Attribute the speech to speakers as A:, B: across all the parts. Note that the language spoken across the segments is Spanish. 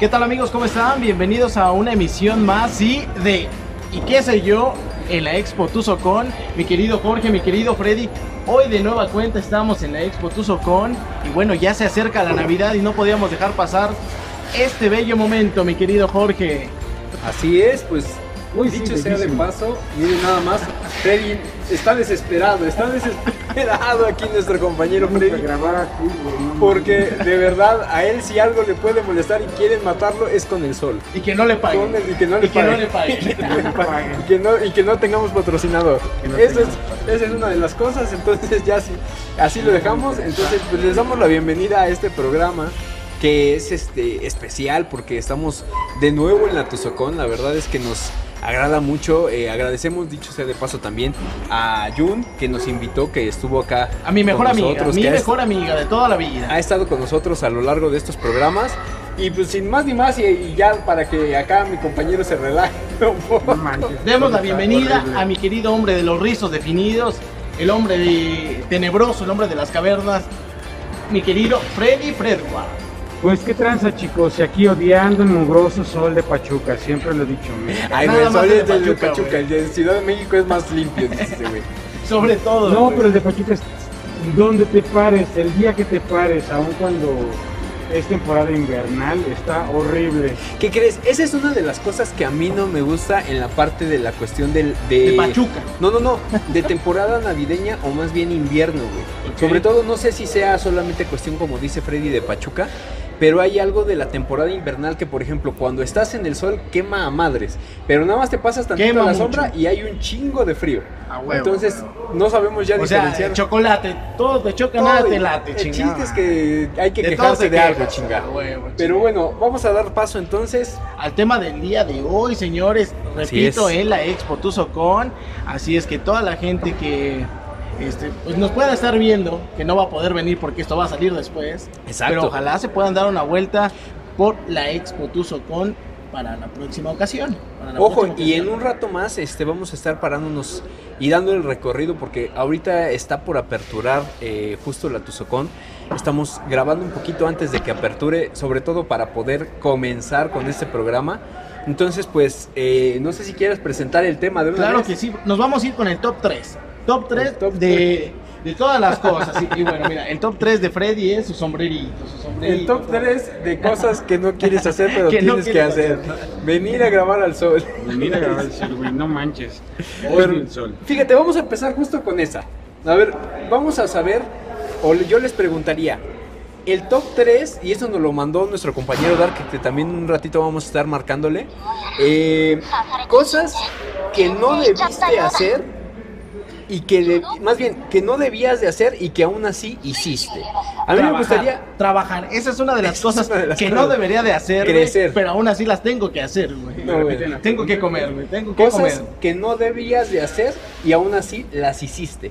A: ¿Qué tal amigos? ¿Cómo están? Bienvenidos a una emisión más y de ¿Y qué sé yo? En la Expo Tuzocon, mi querido Jorge, mi querido Freddy, hoy de nueva cuenta estamos en la Expo Tuzocon y bueno, ya se acerca la Navidad y no podíamos dejar pasar este bello momento, mi querido Jorge.
B: Así es, pues
C: Uy, sí,
B: dicho sea de
C: bellísimo.
B: paso, miren nada más, Freddy está desesperado, está desesperado aquí nuestro compañero
C: Vamos a
B: Freddy.
C: grabar aquí, güey, no
B: Porque de verdad a él si algo le puede molestar y quieren matarlo es con el sol.
A: Y que no le paguen.
B: Con el- y que no le
A: Y que no
B: paguen.
A: le paguen.
B: Y que no, y que no tengamos patrocinador.
C: Que no
B: Eso es,
C: tengamos
B: esa es una de las cosas, entonces ya así, así lo dejamos. Entonces pues, les damos la bienvenida a este programa que es este especial porque estamos de nuevo en la Tuzocón. La verdad es que nos agrada mucho. eh, agradecemos, dicho sea de paso también, a Jun que nos invitó, que estuvo acá.
A: A mi mejor
B: con
A: amiga, a
B: nosotros,
A: mi
B: que ha
A: mejor amiga de toda la vida.
B: ha estado con nosotros a lo largo de estos programas. Y pues sin más ni más, y, y ya para que acá mi compañero se relaje un poco.
C: No manches,
A: Oh, Demos la
C: está
A: bienvenida
C: horrible.
A: a mi querido hombre de los rizos definidos, el hombre de- tenebroso, el hombre de las cavernas, mi querido Freddy Fredwa.
C: Pues qué tranza, chicos, y aquí odiando el mugroso sol de Pachuca, siempre lo he dicho. mira.
B: Ay,
A: Nada
B: güey,
A: más
B: soy
A: el
B: el
A: de
B: del de
A: Pachuca,
B: Pachuca,
A: güey.
B: el de Ciudad de México es más limpio, dice ese güey.
A: Sobre todo.
C: No,
A: güey.
C: pero el de Pachuca es donde te pares, el día que te pares, aun cuando es temporada invernal, está horrible.
B: ¿Qué crees? Esa es una de las cosas que a mí no me gusta en la parte de la cuestión del... De,
A: De Pachuca.
B: No, no, no, de temporada navideña o más bien invierno, güey.
A: Ok.
B: Sobre todo, no sé si sea solamente cuestión, como dice Freddy, de Pachuca, pero hay algo de la temporada invernal que, por ejemplo, cuando estás en el sol quema a madres, pero nada más te pasas tantito
A: Quema
B: a la
A: mucho.
B: sombra y hay un chingo de frío.
A: A huevo,
B: Entonces,
A: a
B: no sabemos ya
A: o sea,
B: diferenciar.
A: el chocolate, todo te choca,
B: todo,
A: nada
B: y
A: te late,
B: El
A: chingada.
B: chiste es que hay que
A: De todo
B: quejarse
A: te
B: de algo,
A: quejas,
B: chingada.
A: a huevo,
B: Pero
A: chingada.
B: bueno, vamos a dar paso entonces
A: al tema del día de hoy, señores.
B: Así
A: Repito,
B: es.
A: en la Expo Tuzocon. Así es que toda la gente que este, pues nos pueda estar viendo, que no va a poder venir porque esto va a salir después.
B: Exacto.
A: Pero ojalá se puedan dar una vuelta por la Expo Tuzocon para la próxima ocasión. para la
B: Ojo,
A: próxima
B: y en
A: ocasión.
B: un rato más este, vamos a estar parándonos y dando el recorrido porque ahorita está por aperturar eh, justo la Tuzocón. Estamos grabando un poquito antes de que aperture, sobre todo para poder comenzar con este programa. Entonces, pues, eh, no sé si quieres presentar el tema de una
A: Claro
B: vez.
A: que sí, nos vamos a ir con el top 3. Top 3
B: El top
A: de, de todas las cosas. Y, y bueno, mira, el top 3 de Freddy es su sombrerito. Su sombrerito
B: El top 3 de cosas que no quieres hacer, pero
A: Que no
B: tienes que
A: quieres
B: hacer. Venir a grabar al sol.
C: Pues Mira, grabar el sol, güey, no manches. Odio
B: Pero-
C: el sol.
B: Fíjate, vamos a empezar justo con esa. A ver, vamos a saber, o le- yo les preguntaría, el top 3, y eso nos lo mandó nuestro compañero Dark, que también un ratito vamos a estar marcándole, eh, cosas que no debiste hacer y que, de- más bien, que no debías de hacer y que aún así hiciste. A mí me
A: trabajar,
B: gustaría...
A: trabajar. Esa es una de las
B: Esa es
A: cosas
B: una de las
A: que
B: cosas.
A: no debería de hacer, güey,
B: Crecer.
A: pero aún así las tengo que hacer, güey.
B: No, güey.
A: Tengo que comer, güey. Tengo que
B: Cosas
A: comer.
B: que no debías de hacer y aún así las hiciste.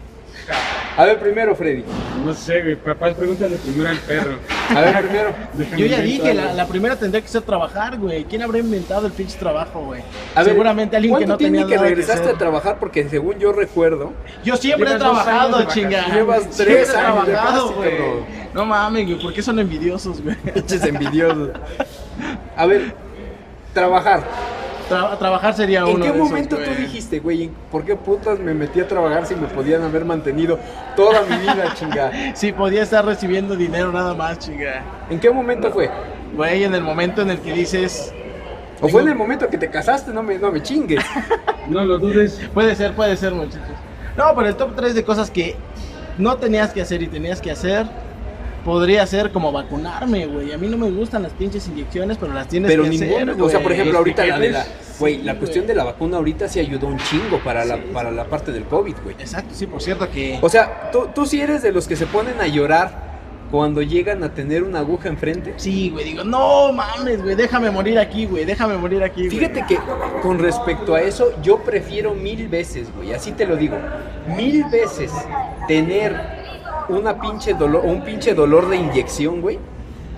B: A ver, primero, Freddy.
C: No sé, güey, papá, pregúntale primero al perro.
B: A ver, primero.
C: Déjame
A: Yo ya
C: inventar
A: dije, la,
C: algo.
A: la primera tendría que ser trabajar, güey. ¿Quién habrá inventado el pinche trabajo, güey?
B: A ver,
A: Seguramente alguien que
B: ¿cuánto
A: no tenía
B: tiene que
A: nada
B: regresaste
A: hacer.
B: a trabajar? Porque según yo recuerdo,
A: Yo siempre he
C: Llevas dos años
A: trabajado,
C: de
A: chingada.
C: vacaciones.
B: Llevas
A: Siempre
B: tres
A: he
B: años de
A: trabajado,
B: vacaciones,
A: güey.
B: cabrón.
A: No mames, güey. ¿Por qué son envidiosos, güey?
B: pinches envidiosos. A ver, trabajar.
A: Tra- trabajar sería
B: ¿En
A: uno
B: qué
A: de esos,
B: momento tú
A: güey.
B: dijiste, güey, por qué putas me metí a trabajar si me podían haber mantenido toda mi vida, chinga?
A: Sí, podía estar recibiendo dinero nada más, chingada.
B: ¿En qué momento fue?
A: Güey, en el momento en el que dices,
B: ¿O fue en el momento que te casaste? No me, no me chingues.
C: No lo dudes.
A: Puede ser, puede ser, muchachos. No, pero el top 3 de cosas que no tenías que hacer y tenías que hacer, podría ser como vacunarme, güey. A mí no me gustan las pinches inyecciones, pero las tienes
B: Pero
A: que hacer.
B: ninguno. O sea,
A: güey.
B: por ejemplo,
C: Los
B: ahorita la de la.
C: piquetes,
B: Güey,
A: sí,
B: la cuestión
A: güey.
B: de la vacuna ahorita sí ayudó un chingo para, la, para la parte del COVID, güey.
A: Exacto, sí, por cierto que.
B: O sea, tú, tú sí eres de los que se ponen a llorar cuando llegan a tener una aguja enfrente.
A: Sí, güey, digo, no mames, güey, déjame morir aquí, güey, déjame morir aquí. güey".
B: Fíjate que con respecto a eso, yo prefiero mil veces, güey, así te lo digo, mil veces tener una pinche dolor, un pinche dolor de inyección, güey.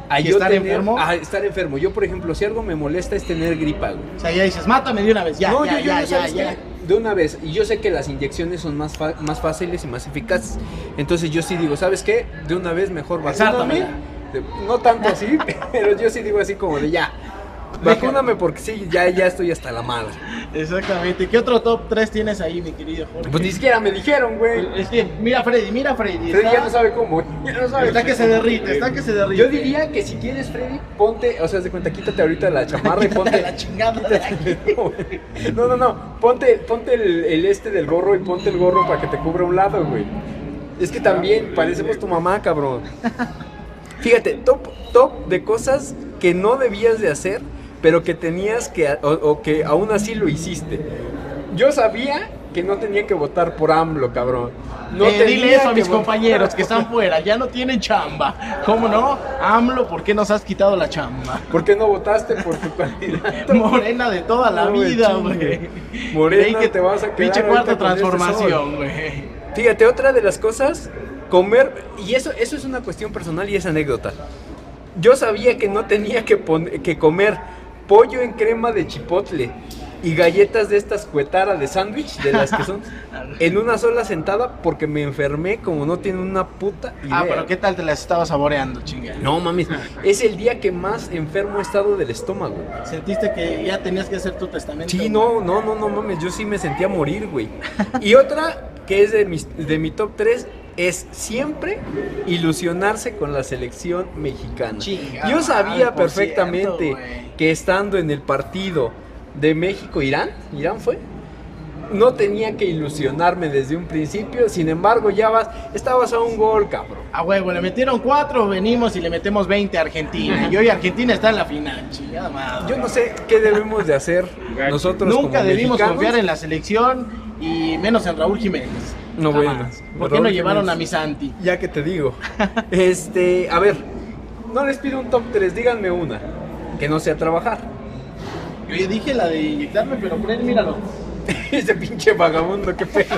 B: A
A: ¿Que
B: yo
A: estar
B: tener-
A: enfermo?
B: a estar enfermo. Yo, por ejemplo, si algo me molesta es tener gripa, güey.
A: O sea, ya dices, mátame de una vez, ya,
B: no,
A: ya,
B: yo, yo,
A: ya,
B: no,
A: ya,
B: ¿sabes
A: ya.
B: qué? De una vez. Y yo sé que las inyecciones son más, fa- más fáciles y más eficaces. Entonces yo sí digo, ¿sabes qué? De una vez mejor vacúname.
A: Exártamela.
B: De- No tanto así, pero yo sí digo así como de ya. Vacúname porque sí, ya, ya estoy hasta la madre.
A: Exactamente. ¿Qué otro top 3 tienes ahí, mi querido Jorge?
B: Pues ni siquiera me dijeron, güey.
A: Es que, mira Freddy, mira Freddy.
B: Freddy ya
A: está-
B: no sabe cómo. Ya no sabe.
A: Está que se derrite, está que se derrite.
B: Yo diría que si quieres, Freddy, ponte, o sea, haz de cuenta, quítate ahorita la chamarra y
A: Quítate
B: ponte.
A: la chingada de aquí.
B: No, no, no. Ponte, ponte el, el este del gorro y ponte el gorro para que te cubra un lado, güey. Es que también parecemos tu mamá, cabrón. Fíjate, top, top de cosas que no debías de hacer, pero que tenías que, o, o que aún así lo hiciste. Yo sabía que no tenía que votar por AMLO, cabrón. No
A: Eh, dile
B: tenía
A: eso a
B: que
A: mis
B: votar-
A: compañeros que están fuera, ya no tienen chamba. ¿Cómo no? AMLO, ¿por qué nos has quitado la chamba?
B: ¿Por qué no votaste por tu candidato?
A: Morena de toda la
B: No, güey,
A: vida,
B: chingue.
A: güey.
B: Morena,
A: Creí
B: te vas a quedar
A: Pinche
B: ahorita
A: cuarta
B: con ese
A: transformación, güey.
B: Fíjate, otra de las cosas, comer, y eso, eso es una cuestión personal y es anécdota. Yo sabía que no tenía que, pon- que comer pollo en crema de chipotle y galletas de estas cuetara de sándwich, de las que son, en una sola sentada porque me enfermé como no tiene una puta idea.
A: Ah, pero ¿qué tal te las estaba saboreando, chinga?
B: No mames, es el día que más enfermo he estado del estómago.
A: Sentiste que ya tenías que hacer tu testamento.
B: Sí, no, no, no, no mames, yo sí me sentía morir, güey. Y otra que es de, mis, de mi top 3 es siempre ilusionarse con la selección mexicana.
A: Chinga,
B: yo sabía
A: madre, por
B: perfectamente
A: cierto, güey.
B: que estando en el partido de México-Irán, ¿Irán fue? No tenía que ilusionarme desde un principio, sin embargo ya vas, estabas a un gol, cabrón.
A: A huevo, le metieron cuatro, venimos y le metemos 20 a Argentina. Y hoy Argentina está en la final, chingada madre.
B: Yo no sé qué debemos de hacer
C: Gacho.
B: nosotros.
A: Nunca
B: como
A: debimos
B: mexicanos.
A: confiar en la selección y menos en Raúl Jiménez.
B: No,
A: Jamás.
B: bueno,
A: ¿Por qué
B: Raúl
A: no llevaron
B: Jiménez.
A: a mi Santi?
B: Ya que te digo. Este, a ver, no les pido un top 3, díganme una. Que no sea trabajar.
A: Yo ya dije la de inyectarme, pero Fred, míralo.
B: Ese pinche vagabundo, qué pedo.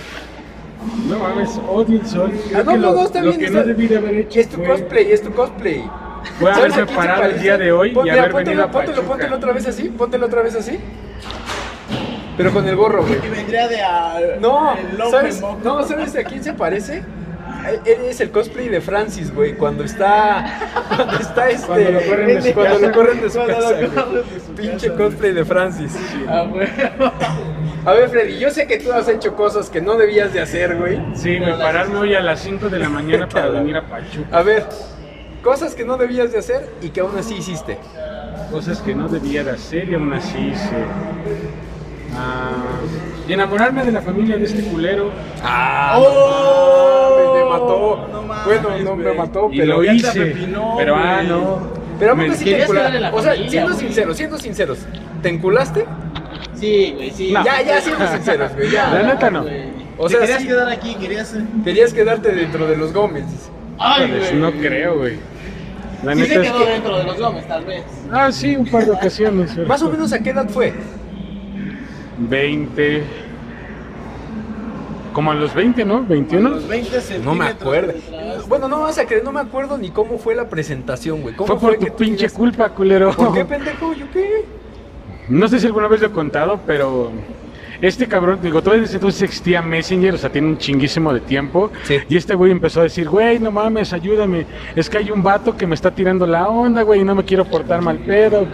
C: No mames, odio el sol. Creo
B: Ah, no,
C: que
B: no,
C: lo,
B: no, está
C: lo
B: bien,
C: que
B: está-
C: no debí de haber hecho
A: este
B: Es tu
C: fue-
B: cosplay, es tu cosplay.
C: Fue
B: ¿Sabes
C: haberme
B: a quién se
C: parado el
B: parece?
C: día de hoy
B: Pon-
C: y
B: mira,
C: haber
B: póntelo,
C: venido a
B: póntelo,
C: Pachuca.
B: póntelo otra vez así, póntelo otra vez así. Pero con el gorro, güey.
A: Y vendría de a.
B: No,
A: el hombre
B: ¿sabes?
A: moco.
B: No, ¿sabes a quién se parece? E- Es el cosplay de Francis, güey, cuando está. Cuando está este.
C: Cuando lo corren de su
B: cuando
C: casa.
B: lo corren de su
A: Cuando lo
B: casa, güey.
A: corren de su
B: Pinche
A: casa, güey.
B: cosplay de Francis.
A: A huevo.
B: A ver, Freddy, yo sé que tú has hecho cosas que no debías de hacer, güey.
C: Sí, me pararme hoy a las 5 de la mañana para
B: Claro.
C: venir a Pachuca.
B: A ver, cosas que no debías de hacer y que aún así hiciste.
C: Cosas que no debía de hacer y aún así hice. Ah, y enamorarme de la familia de este culero.
B: ¡Ah!
A: ¡Oh!
B: me mató.
A: No mames,
B: bueno, no me
A: güey.
B: mató,
C: Y
B: pero.
C: lo
A: ya te
C: hice.
A: arrepinó,
C: pero ah,
A: güey.
C: no.
B: Pero a
C: Me-
B: poco sí te
A: Querías
B: encula-
A: quedarle la
B: O sea,
A: familia,
B: siendo
A: güey.
B: sinceros, siendo sinceros, ¿te enculaste?
A: Sí, güey, sí.
C: No.
B: Ya, ya, siendo sinceros, güey, ya.
C: La neta no.
A: Güey.
B: O
A: Te
B: sea,
A: querías
B: sí.
A: quedar aquí, querías. eh.
B: Querías quedarte dentro de los Gómez.
A: Ay,
C: Híjoles,
A: güey.
C: no creo, güey. La
A: Sí se
C: neta es
A: quedó ¿eh?
C: que...
A: dentro de los Gómez, tal vez.
C: Ah, sí, un par de ocasiones. ¿verdad?
B: Más o menos a qué edad fue.
C: 20. Como a los 20, ¿no?
A: A
C: 21.
A: los 20 centímetros.
B: No me acuerdo.
A: de atrás.
B: Bueno, no vas a creer, no me acuerdo ni cómo fue la presentación, güey. ¿Cómo
C: Fue por
B: que
C: tu
B: tú
C: pinche
B: llegaste?
C: culpa, culero.
B: ¿Por qué, pendejo? ¿Yo qué?
C: No sé si alguna vez lo he contado, pero este cabrón, digo, todavía desde entonces existía Messenger, o sea, tiene un chinguísimo de tiempo.
B: Sí.
C: Y este güey empezó a decir, güey, no mames, ayúdame. Es que hay un vato que me está tirando la onda, güey, y no me quiero portar mal pedo.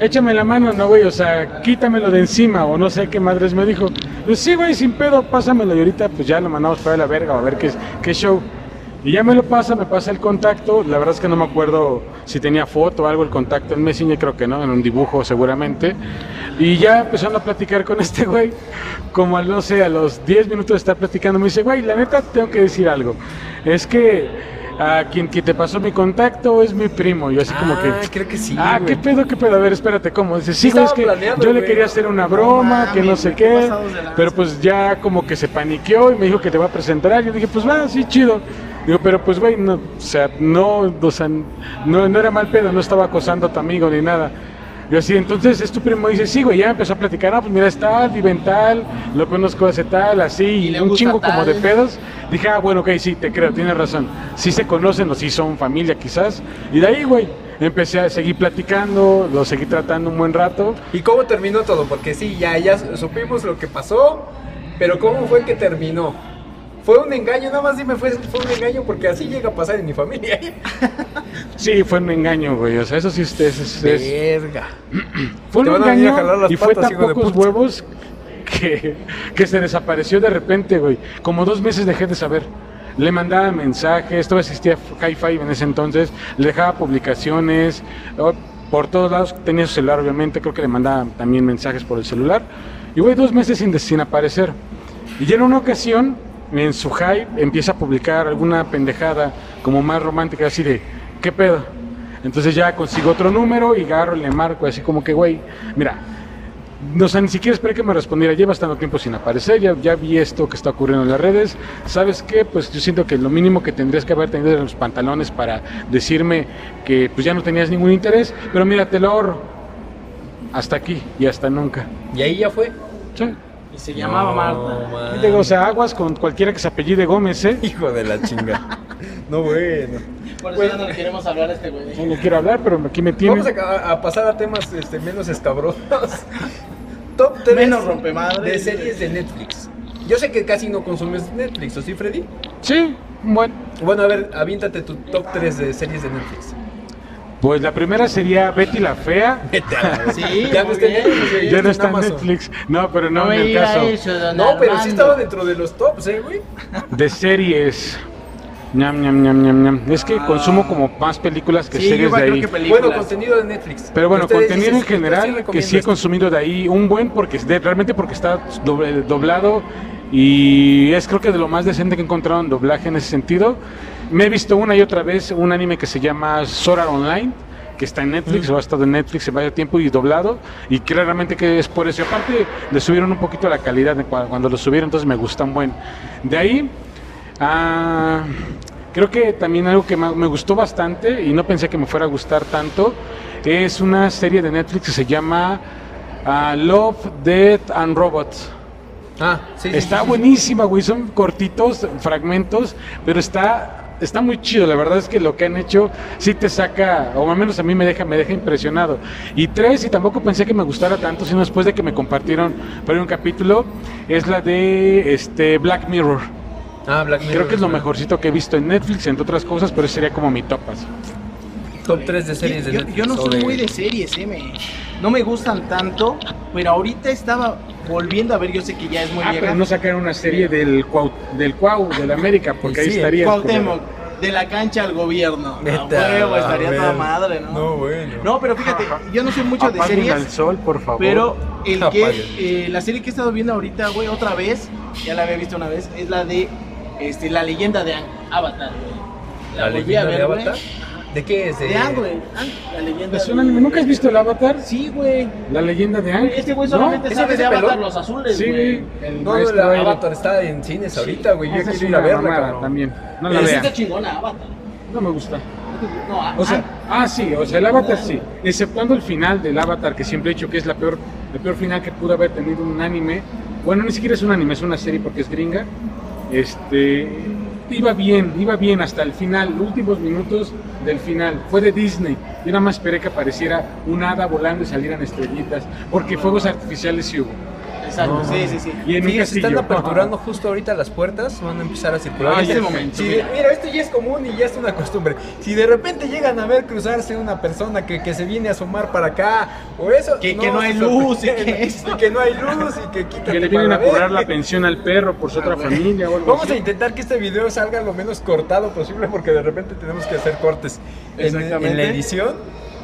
C: Échame la mano, no, güey, o sea, quítamelo de encima, o no sé qué madres me dijo. Pues sí, güey, sin pedo, pásamelo. Y ahorita, pues ya lo mandamos para la verga, o a ver qué, qué show. Y ya me lo pasa, me pasa el contacto. La verdad es que no me acuerdo si tenía foto o algo el contacto en Messenger, creo que no, en un dibujo seguramente. Y ya empezando a platicar con este güey, como al, no sé, a los 10 minutos de estar platicando, me dice, güey, la neta tengo que decir algo. Es que a quien, quien te pasó mi contacto es mi primo. Y yo así como que...
B: Ah, creo que sí,
C: Ah,
B: güey.
C: qué pedo, qué pedo. A ver, espérate, ¿cómo? Dice, sí,
B: Sí
C: güey, es
B: estaba
C: que
B: planeado,
C: yo le
B: güey.
C: quería hacer una broma,
A: No
C: que no
A: mames,
C: sé
A: güey, qué
C: qué.
A: pasados de lanza.
C: Pero pues ya como que se paniqueó y me dijo que te va a presentar. Yo dije, pues va, sí, chido. Digo, pero pues, güey, no, o sea, no, o sea, no, no era mal pedo, no estaba acosando a tu amigo ni nada. Yo así, entonces es tu primo, dice, sí, güey, ya empezó a platicar, ah, pues mira, es tal, vive en tal, lo conozco hace tal, así, y
A: le
C: un
A: gusta
C: chingo como de
A: tal.
C: pedos. Dije, ah, bueno, ok, sí, te creo, tienes razón. Sí se conocen o sí son familia quizás. Y de ahí, güey, empecé a seguir platicando, lo seguí tratando un buen rato.
B: ¿Y cómo terminó todo? Porque sí, ya, ya supimos lo que pasó, pero ¿cómo fue que terminó? Fue un engaño, nada más dime, fue, fue un engaño porque así llega a pasar en mi familia.
C: Sí, fue un engaño, güey. O sea, eso sí es. es- es-
B: Verga.
C: Fue un
B: Te van a venir a
C: engaño
B: jalar las
C: y fue
B: patas,
C: tan
B: hijo de
C: pocos
B: puta.
C: huevos que, que se desapareció de repente, güey. Como dos meses dejé de saber. Le mandaba mensajes, todavía existía Hi-Fi en ese entonces, le dejaba publicaciones, o- por todos lados tenía su celular, obviamente, creo que le mandaba también mensajes por el celular. Y güey, dos meses sin, sin aparecer. Y ya en una ocasión, en su hype, empieza a publicar alguna pendejada como más romántica, así de, ¿qué pedo? Entonces ya consigo otro número y agarro y le marco, así como que, güey, mira, no, o sea, ni siquiera esperé que me respondiera. Llevas tanto tiempo sin aparecer, ya, ya vi esto que está ocurriendo en las redes. ¿Sabes qué? Pues yo siento que lo mínimo que tendrías que haber tenido en los pantalones para decirme que pues ya no tenías ningún interés, pero mira, te lo ahorro. Hasta aquí y hasta nunca.
B: Y ahí ya fue.
C: Sí.
A: Y se llamaba Marta.
B: Marta.
C: Y digo, o sea, aguas con cualquiera que se apellide Gómez, ¿eh?
B: Hijo de la chinga. No, bueno.
A: Por eso ya no le queremos hablar a este güey.
C: No le quiero hablar, pero aquí me tiene.
B: Vamos a, a pasar a temas este, menos escabrosos. Top 3
A: Menos rompemadres.
B: de series de Netflix. Yo sé que casi no consumes Netflix, ¿o sí, Freddy?
C: Sí, bueno.
B: Bueno, a ver, aviéntate tu top 3 de series de Netflix.
C: Pues la primera sería Betty la Fea.
B: Vete a la-
A: Sí,
B: ya no
A: muy
B: está
A: bien.
B: en Netflix, güey,
C: Ya no está en
B: Amazon.
C: Netflix. No, pero no, en el caso.
B: No, pero sí estaba dentro de los tops, ¿eh, güey?
C: De series. Ñam, ñam, ñam, ñam, ñam. Es que
B: Ah.
C: consumo como más películas que
A: Sí, yo
C: series de
A: creo
C: ahí.
A: que películas.
B: Bueno, contenido de Netflix.
C: Pero bueno,
B: Ustedes
C: contenido
B: dicen,
C: en general
B: ustedes
C: que sí he
B: recomiendan.
C: consumido de ahí. Un buen porque es de- realmente porque está doble- doblado y es creo que de lo más decente que he encontrado en doblaje en ese sentido. Me he visto una y otra vez un anime que se llama Sora Online que está en Netflix o ha estado en Netflix en varios tiempo y doblado y claramente que es por eso. Y aparte le subieron un poquito la calidad de cua- cuando lo subieron, entonces me gustan buen. De ahí Ah, creo que también algo que ma- me gustó bastante y no pensé que me fuera a gustar tanto es una serie de Netflix que se llama ah, Love, Death and Robots.
B: Ah, sí, sí,
C: Está
B: sí, sí.
C: buenísima, güey. Son cortitos, fragmentos, pero está, está muy chido. La verdad es que lo que han hecho sí te saca, o al menos a mí me deja, me deja impresionado. Y tres, y tampoco pensé que me gustara tanto, sino después de que me compartieron para un capítulo, es la de este Black Mirror.
B: Ah, Black
C: Creo
B: Mirror,
C: que es lo
B: ¿no?
C: mejorcito que he visto en Netflix, entre otras cosas, pero ese sería como mi topas.
B: Top 3 de series de
A: yo,
B: Netflix.
A: yo no
B: o
A: soy muy de series, eh, me- no me gustan tanto, pero ahorita estaba volviendo a ver, yo sé que ya es muy
C: Ah,
A: vieja.
C: pero no sacaron una serie del Cuau, del Cuau, del América, porque ahí
B: Sí,
C: estaría.
A: Cuauhtémoc, de la cancha al gobierno.
B: Vete
A: A Ah, huevo,
B: a
A: estaría
B: ver.
A: toda madre, ¿no?
B: No, bueno.
A: No, pero fíjate, yo no soy mucho de
C: Apaguen al
A: series,
C: sol, por favor.
A: pero el
B: Apaguen.
A: que eh, la serie que he estado viendo ahorita, güey, otra vez, ya la había visto una vez, es la de este la leyenda de Ang- Avatar. güey.
B: La
A: volví
B: leyenda
A: a ver,
B: de
A: güey.
B: Avatar. ¿De qué es? Eh,
A: De Ang, güey. Ang, la leyenda.
C: Es un
A: de-
C: anime. ¿Nunca has visto el Avatar?
A: Sí, güey.
C: La leyenda de Ang.
A: Este güey
C: ¿No?
A: solamente
B: ¿Ese
A: sabe
B: que
A: de
B: se peló?
A: Avatar los azules,
C: Sí,
A: güey.
C: el
B: No,
C: maestro
B: la
C: aire.
B: Avatar está en cines ahorita, güey. Yo
A: Ah,
C: Esa es
B: quiero ir a
C: una
B: verla,
C: mamada
B: cabrón.
C: también. No la
A: Pero sí está
C: vean.
A: chingona Avatar.
C: No me gusta.
A: No, a-
C: O sea,
A: Ang-
C: ah, sí, o sea, el Avatar sí. Exceptuando el final del Avatar, que siempre he dicho que es la peor, el peor final que pudo haber tenido un anime. Bueno, ni siquiera es un anime, es una serie porque es gringa. Este. Iba bien, iba bien hasta el final, los últimos minutos del final. Fue de Disney. Yo nada más esperé que apareciera un hada volando y salieran estrellitas, porque fuegos artificiales sí hubo.
A: ah, Exacto,
B: No.
A: sí, sí, sí.
C: Y en un
B: Sí, se están
C: castillo.
B: aperturando justo ahorita las puertas, van a empezar a circular.
A: Ah,
B: Y
A: ya
B: si-
A: es momento,
B: si-
A: mira.
B: mira. esto ya es común y ya es una costumbre. Si de repente llegan a ver cruzarse una persona que, que se viene a asomar para acá, o eso.
A: Que- que no hay luz, y que esto.
B: y que no hay luz, y que quítate
C: Que le vienen
B: para
C: a cobrar
B: ver.
C: la pensión al perro por su otra familia o algo
B: Vamos
C: así.
B: a intentar que este video salga lo menos cortado posible porque de repente tenemos que hacer cortes en,
A: Exactamente.
B: en la edición.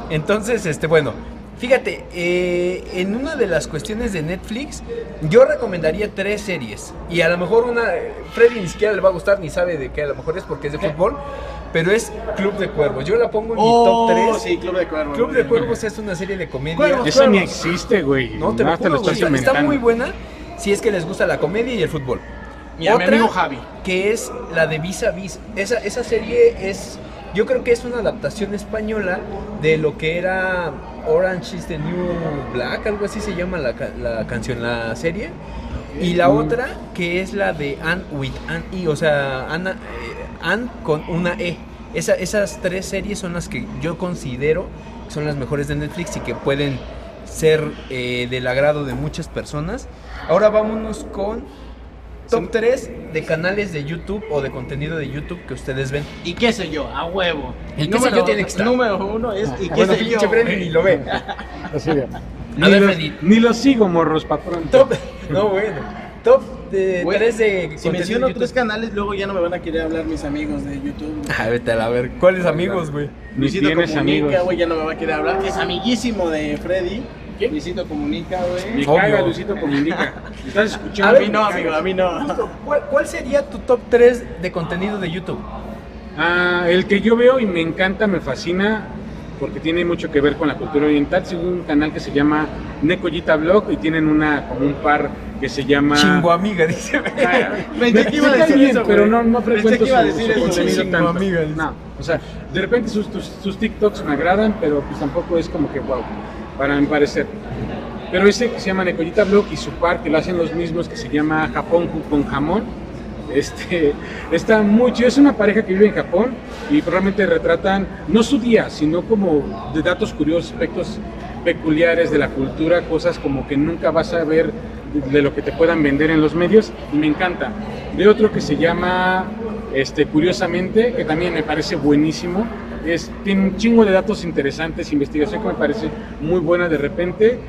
B: Entonces, este, bueno, fíjate, eh, en una de las cuestiones de Netflix, yo recomendaría tres series. Y a lo mejor una, eh, Freddy ni siquiera le va a gustar ni sabe de qué a lo mejor es porque es de fútbol, pero es Club de Cuervos. Yo la pongo en
A: Oh,
B: mi top 3.
A: sí, Club de Cuervos.
B: Club de Cuervos es una serie de comedia.
A: Cuervos.
C: Eso ni existe, güey.
B: No, te lo
C: Nada,
B: juro,
C: estás
B: güey, está- está
C: inventando.
B: muy buena si es que les gusta la comedia y el fútbol.
A: Mi a mi amigo Javi.
B: Que es la de Vis a Vis. Esa, esa serie es, yo creo que es una adaptación española de lo que era Orange is the New Black, algo así se llama la, ca- la canción, la serie. Y la
C: Mm.
B: otra que es la de Anne with Anne E, o sea, Ana, eh, Anne con una E. Esa- esas tres series son las que yo considero que son las mejores de Netflix y que pueden ser eh, del agrado de muchas personas. Ahora vámonos con Top 3 de canales de YouTube o de contenido de YouTube que ustedes ven.
A: ¿Y qué sé yo? A huevo.
B: El qué sé yo tiene que estar.
A: Número uno es ¿y qué
B: Ah, Bueno,
A: sé yo?
B: pinche Freddy ni lo ve.
C: Así de.
B: A
C: Ni,
B: ver,
C: lo-
B: Freddy.
C: ni lo sigo, morros, pa' pronto.
B: Top. No, bueno. Top de
A: Güey,
B: 3 de.
A: Si menciono tres canales, luego ya no me van a querer hablar mis amigos de YouTube. güey.
B: Ah, vete a la ver. ¿Cuáles amigos, güey?
C: Ni tienes amigos.
A: güey, ya no me va a querer hablar. que Es amiguísimo de Freddy. Luisito Comunica,
C: Me
A: güey.
B: Obvio.
C: caga Luisito Comunica. Estás escuchando.
A: A
B: ver,
A: mí no, amigo, a mí no.
B: ¿Cuál, cuál sería tu top 3 de contenido de YouTube?
C: Ah, el que yo veo y me encanta, me fascina, porque tiene mucho que ver con la cultura oriental. Sigo un canal que se llama Necoyita Blog y tienen una como un par que se llama.
B: Chingo amiga, dice.
C: Ah,
A: Pensé que iba a
C: me cae
A: decir
C: bien,
A: eso, güey.
C: pero no, no
A: Pensé
C: frecuento
A: que iba a
C: su-
A: decir
C: su
A: eso,
C: contenido
B: chingo
C: tanto.
B: amiga, dice.
C: No, o sea, de repente sus, tus- sus TikToks me agradan, pero pues tampoco es como que wow, para mi parecer. Pero ese que se llama Necollita Blog y su par que lo hacen los mismos que se llama Japón con jamón. Este, está muy chido, es una pareja que vive en Japón y realmente retratan no su día, sino como de datos curiosos, aspectos peculiares de la cultura, cosas como que nunca vas a ver de lo que te puedan vender en los medios y me encanta. De otro que se llama, este, curiosamente, que también me parece buenísimo, es, tiene un chingo de datos interesantes, investigación que me parece muy buena de repente.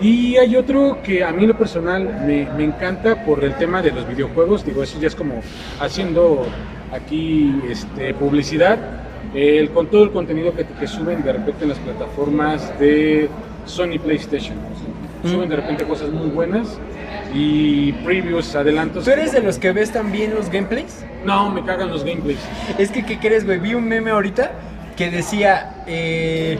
C: Y hay otro que a mí en lo personal me, me encanta por el tema de los videojuegos, digo, eso ya es como haciendo aquí este, publicidad, el, con todo el contenido que, que suben de repente en las plataformas de Sony PlayStation.
B: Mm.
C: Suben de repente cosas muy buenas y previews, adelantos.
B: ¿Tú eres de los que ves también los gameplays?
C: No, me cagan los gameplays.
B: Es que, ¿qué crees, güey? Vi un meme ahorita que decía, eh,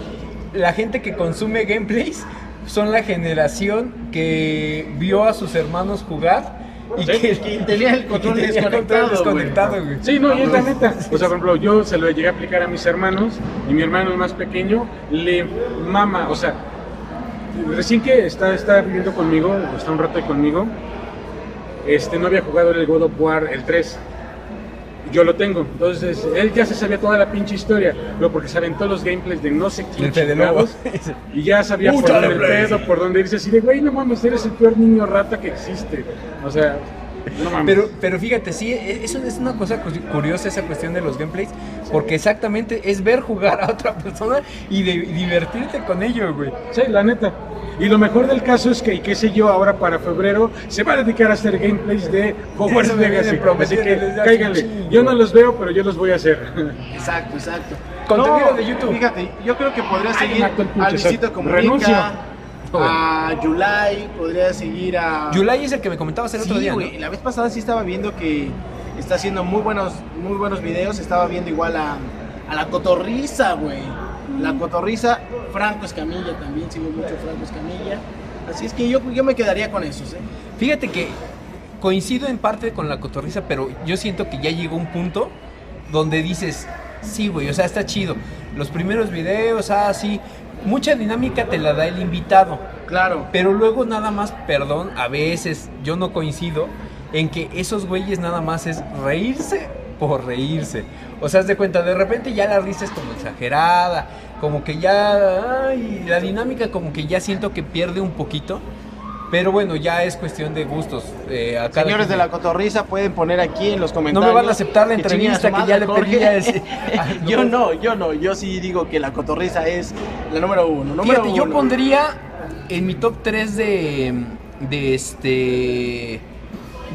B: la gente que consume gameplays son la generación que vio a sus hermanos jugar y
C: Sí.
B: que,
A: Y tenía el control
B: y tenía el
A: desconectado,
B: control
A: güey.
B: desconectado, güey.
C: Sí, no, y es la neta. O sea, por ejemplo, yo se lo llegué a aplicar a mis hermanos y mi hermano el más pequeño le mama, o sea, recién que está, está viviendo conmigo, está un rato ahí conmigo, este, no había jugado el God of War, el 3. Yo lo tengo, entonces él ya se sabía toda la pinche historia, pero porque se aventó los gameplays de no sé quién
B: El Fede Lobo.
C: chingados, y ya sabía por
B: Puta
C: dónde
B: de
C: el
B: play.
C: pedo, por dónde irse así de güey, no mames, eres el peor niño rata que existe. O sea, no mames.
B: Pero, pero fíjate, sí, e- eso es una cosa cu- curiosa esa cuestión de los gameplays, porque exactamente es ver jugar a otra persona y, de- y divertirte con ello, güey.
C: Sí, la neta. Y lo mejor del caso es que, y qué sé yo, ahora para febrero se va a dedicar a hacer gameplays de Hogwarts
B: Eso me viene
C: Legacy. Así
B: prometiendo
C: que
B: desde hace
C: cáiganle.
B: un chingo.
C: Yo no los veo, pero yo los voy a hacer.
A: Exacto, exacto.
B: Contenido de YouTube.
A: Fíjate, yo creo que podría
C: Ay,
A: seguir
C: me mató el pinche
A: a Luisito
C: sol.
A: Comunica,
C: Renuncio.
A: a Yulai, podría seguir a...
B: Yulai es el que me comentabas el otro
A: Sí,
B: día, ¿no?
A: güey, la vez pasada sí estaba viendo que está haciendo muy buenos, muy buenos videos. Estaba viendo igual a, a la cotorriza, güey. La
B: Mm.
A: cotorriza, Franco Escamilla también, sigo mucho Franco Escamilla. Así es que yo, yo me quedaría con esos, ¿eh?
B: Fíjate que coincido en parte con la cotorriza, pero yo siento que ya llegó un punto donde dices, sí, güey, o sea, está chido. Los primeros videos, ah, sí. Mucha dinámica te la da el invitado,
A: Claro.
B: pero luego nada más, perdón, a veces yo no coincido en que esos güeyes nada más es reírse por reírse. O sea, haz de cuenta, de repente ya la risa es como exagerada, como que ya, ay, la dinámica como que ya siento que pierde un poquito. Pero bueno, ya es cuestión de gustos. eh, a cada
A: Señores de
B: quien.
A: la cotorriza pueden poner aquí en los
B: No
A: comentarios.
B: me van a aceptar la
A: que chinguen a su
B: entrevista que
A: madre,
B: ya le
A: Jorge.
B: pedí a ese- Ah, no.
A: Yo no, yo no, yo sí digo que la cotorriza es la número uno. Número
B: Fíjate, yo
A: uno.
B: pondría en mi top 3 de, de este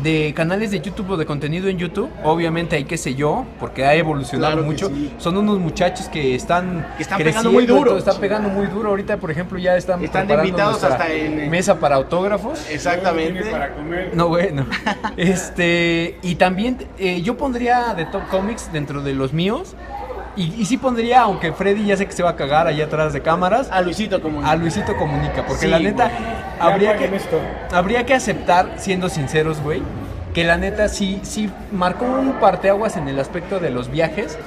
B: de canales de YouTube o de contenido en YouTube. Obviamente hay que sé yo, porque ha evolucionado
A: Claro que
B: mucho.
A: sí.
B: Son unos muchachos que están
A: Que están pegando
B: creciendo,
A: muy duro.
B: todo, están pegando muy duro. Ahorita, por ejemplo, ya están
A: Están de
B: preparando
A: invitados
B: nuestra
A: hasta en- eh,
B: mesa para autógrafos.
A: Exactamente.
C: Tiene Para comer.
B: No, bueno. Este, y también eh, yo pondría de Top Comics dentro de los míos. Y, y sí pondría, aunque Freddy ya sé que se va a cagar allá atrás de cámaras,
A: A Luisito como
B: a Luisito Comunica. Porque
A: Sí,
B: la neta,
A: güey.
C: Ya
B: habría
C: paguen
B: que,
C: esto.
B: habría que aceptar, siendo sinceros, güey, que la neta sí, sí marcó un parteaguas en el aspecto de los viajes.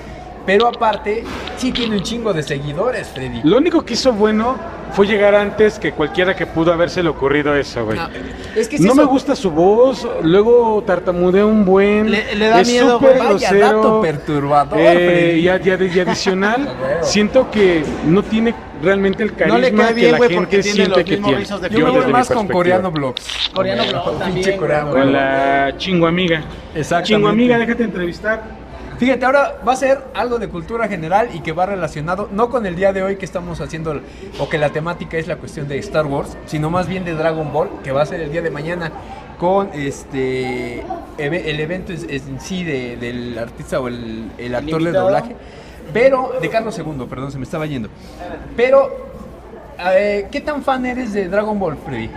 B: Pero aparte, sí tiene un chingo de seguidores, Freddy.
C: Lo único que hizo bueno fue llegar antes que cualquiera que pudo habérsele ocurrido eso, güey.
B: No,
C: No,
B: es que si eso-
C: me gusta su voz, luego tartamudea un buen.
A: Le- le da
C: es
A: miedo,
C: súper
B: Vaya
C: grosero.
B: dato perturbador,
C: Eh,
B: Freddy.
C: y, a- y a- y adicional,
B: huevo.
C: siento que no tiene realmente el
A: No
C: carisma
A: le cae bien,
C: que la
A: güey,
C: gente
A: porque tiene
C: siente
A: los
C: que
A: mismos
C: tiene.
A: rizos de
B: Yo me
A: desde
B: voy
A: mi
B: más con
C: perspectiva.
B: Coreano Blogs.
A: Coreano Blogs también,
B: Pinche coreano.
A: güey.
C: Con la chingo amiga.
B: Exactamente.
C: Chingo amiga, déjate entrevistar.
B: Fíjate, ahora va a ser algo de cultura general y que va relacionado no con el día de hoy que estamos haciendo o que la temática es la cuestión de Star Wars, sino más bien de Dragon Ball, que va a ser el día de mañana con este eve- el evento es- es en sí de- del artista o el, el actor de
A: invitado.
B: doblaje, pero de Carlos II, perdón, se me estaba yendo. Pero eh, ¿qué tan fan eres de Dragon Ball, Freddy?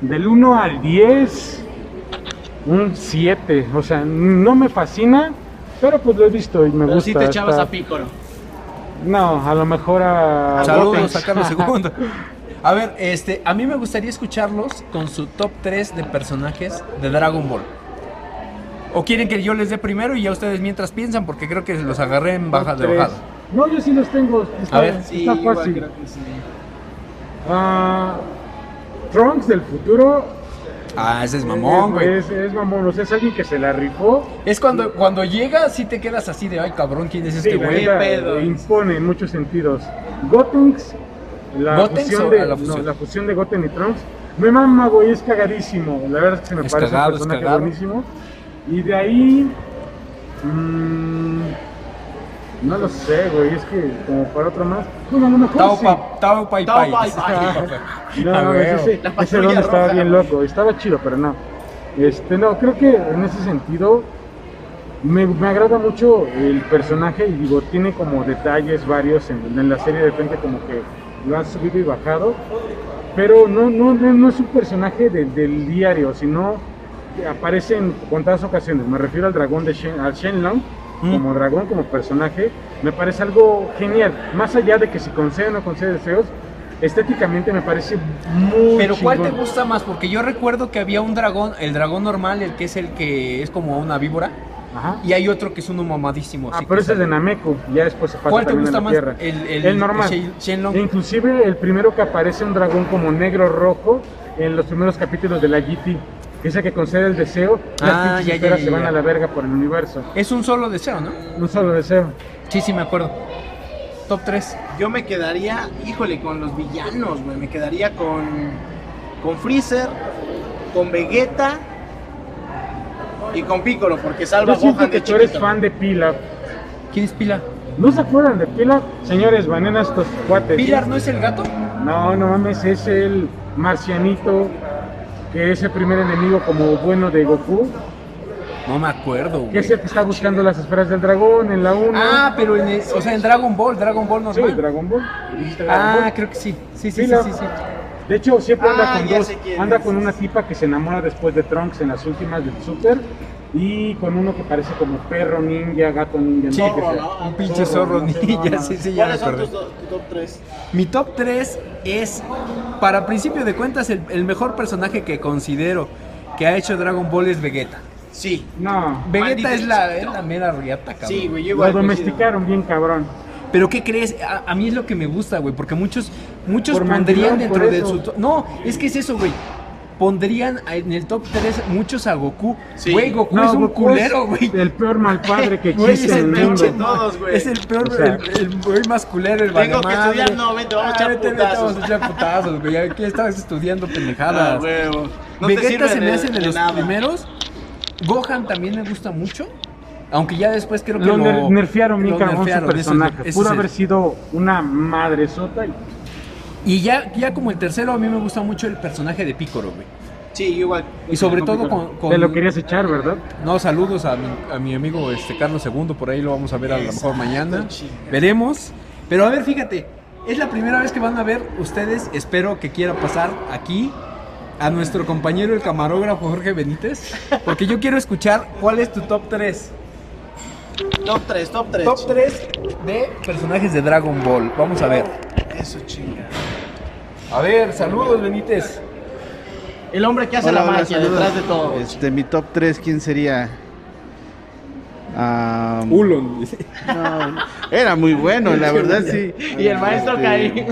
C: Del 1 al 10, un 7. O sea, no me fascina, pero pues lo he visto y me
A: Pero
C: gusta.
A: sí te echabas
C: está-
A: a Piccolo.
C: No, a lo mejor a.
B: Saludos
C: Goten.
B: a Carlos II. A ver, este, a mí me gustaría escucharlos con su top 3 de personajes de Dragon Ball. ¿O quieren que yo les dé primero y ya ustedes mientras piensan? Porque creo que los agarré en baja de
C: Tres.
B: bajada.
C: No, yo sí los tengo. Está,
B: A ver.
C: está
A: Sí, igual
C: fácil.
A: creo que sí.
C: Ah, Trunks del futuro.
B: Ah, ese es mamón, güey.
C: Es, es mamón, o sea, es alguien que se la rifó.
B: Es cuando, cuando llega, sí te quedas así de, ay cabrón, ¿quién es este
C: la
B: güey?
C: neta,
A: pedo.
C: impone en muchos sentidos. Gotenks, la,
B: ¿Gotenks o
C: fusión de,
B: a la
C: la,
B: fusión?
C: fusión. la fusión de Goten y Trunks. Me mama, güey, es cagadísimo. La verdad es que me
B: Es
C: parece
B: cagado,
C: un
B: es
C: personaje
B: cagado.
C: buenísimo. Y de ahí. mm, no lo sé, güey, es que como para otro más. Bueno, a lo mejor.
B: Tao,
C: sí.
B: pa- Tao Pai
A: Tao Pai
B: Pai.
A: Pai.
C: No,
B: Ah,
C: no,
B: güey.
C: ese,
A: La
C: ese
A: patrulla
C: don estaba
A: roja.
C: bien loco, estaba chido, pero no. Este, no, creo que en ese sentido me, me agrada mucho el personaje y digo, tiene como detalles varios en, en la serie, de repente como que lo han subido y bajado, pero no, no, no, no es un personaje de- del diario, sino que aparece en contadas ocasiones, me refiero al dragón de Shen, al Shenlong,
B: Mm.
C: como dragón, como personaje, me parece algo genial, más allá de que si concede o no concede deseos, estéticamente me parece muy
B: Pero ¿cuál te
C: chingón.
B: gusta más? Porque yo recuerdo que había un dragón, el dragón normal, el que es el que es como una víbora,
C: Ajá.
B: y hay otro que es uno mamadísimo.
C: Ah,
B: así
C: pero
B: que
C: ese es
B: sale.
C: de Nameku, ya después se pasa
B: ¿Cuál te
C: también
B: gusta
C: a la
B: más?
C: Tierra.
B: El- el-
C: normal.
B: Shen- Shenlong.
C: E inclusive el primero que aparece un dragón como negro rojo en los primeros capítulos de la GT, que es el que concede el deseo, las
B: Ah,
C: pinches
B: ya, ya,
C: esferas
B: ya,
C: se van
B: ya.
C: a la verga por el universo.
B: Es un solo deseo, ¿no?
C: Un solo deseo.
B: Sí, sí, me acuerdo. Top 3.
A: Yo me quedaría, híjole, con los villanos, güey. Me quedaría con, con Freezer, con Vegeta y con Piccolo, porque salva
C: Yo
A: a Gohan
C: siento
A: de
C: que tú eres
A: chiquito.
C: fan de Pilaf.
B: ¿Quién es Pilar?
C: ¿No se acuerdan de Pilaf? Señores, bananas estos cuates.
B: ¿Pilar no es el gato?
C: No, no mames, es el marcianito que es el primer enemigo como bueno de Goku,
B: No me acuerdo,
C: que
B: güey.
C: es el que está buscando las esferas del dragón en la 1.
B: Ah, pero en, el- o sea, en Dragon Ball, Dragon Ball
C: Sí,
B: normal.
C: Dragon Ball. Dragon
B: ah,
C: Ball.
B: creo que sí. Sí, sí, sí,
C: Pilar.
B: sí, sí.
C: De hecho, siempre
A: Ah,
C: anda con
A: ya
C: dos.
A: sé quién
C: Anda
A: es.
C: con una tipa que se enamora después de Trunks en las últimas del Super. Y con uno que parece como perro ninja, gato ninja.
B: Sí,
C: sé qué
A: zorro,
C: sea.
A: ¿no?
B: Un pinche zorro
C: no sé, no,
B: ninja,
C: no.
B: sí, sí, ya me
A: ¿Cuáles son
B: acordé.
A: tus do- tu top 3?
B: Mi top 3 es, para principio de cuentas, el, el mejor personaje que considero que ha hecho Dragon Ball es Vegeta.
A: Sí.
C: No,
B: Vegeta
A: Maldito
B: es la,
A: chiquito.
B: es la mera riata, cabrón.
A: Sí, güey, yo igual.
C: lo domesticaron bien cabrón.
B: Pero ¿qué crees? A, a mí es lo que me gusta, güey, porque muchos, muchos
C: Por
B: pondrían
C: mandilón,
B: dentro
C: por
B: de
C: eso.
B: su... to- No, es que es eso, güey. Pondrían a- en el top 3 muchos a Goku.
A: Sí.
B: Güey, Goku es un
C: Goku es
B: culero, güey.
C: pues, El peor malpadre que
B: Güey,
C: existe en el
A: pinche
C: mundo.
A: no- todos, güey.
B: Es el peor,
C: O sea.
B: el- el güey más culero, el
A: Tengo que
B: valemadre.
A: estudiar, no, vente, vamos a echar
B: vete, vete,
A: putazos.
B: vamos a echar putazos, güey. Aquí estabas estudiando
A: Ah,
B: pendejadas.
A: huevo.
B: Vegeta se me hace de, los
A: nada.
B: primeros. Gohan también me gusta mucho. Aunque ya después creo que
C: Lo
B: lo,
C: ner- nerfearon bien
B: lo
C: cabrón su
B: nerfearon, eso es-
C: personaje.
B: ese es
C: Pudo
B: el-
C: haber sido una madre sota. y-
B: Y ya, ya como el tercero, a mí me gusta mucho el personaje de Picoro, güey.
A: Sí, igual.
B: Y sobre todo con... con-
C: Te lo querías echar, ¿verdad?
B: No, saludos a mi, a mi amigo este Carlos II, por ahí lo vamos a ver a lo mejor
A: Exacto,
B: mañana.
A: chinga.
B: Veremos. Pero a ver, fíjate, es la primera vez que van a ver ustedes, espero que quiera pasar aquí a nuestro compañero el camarógrafo Jorge Benítez, porque yo quiero escuchar cuál es tu top 3.
A: Top 3, top 3.
B: Top 3 de personajes de Dragon Ball. Vamos a ver.
A: Eso, chinga.
B: A ver, saludos Benítez.
A: El hombre que hace
D: Hola,
A: la
D: hola,
A: magia
D: saludos.
A: detrás de todo.
D: Este, mi top 3, ¿quién sería? Ah,
B: Ulon. dice.
D: no, era muy bueno, la verdad sí.
A: Y el maestro
D: Este,
A: Karim.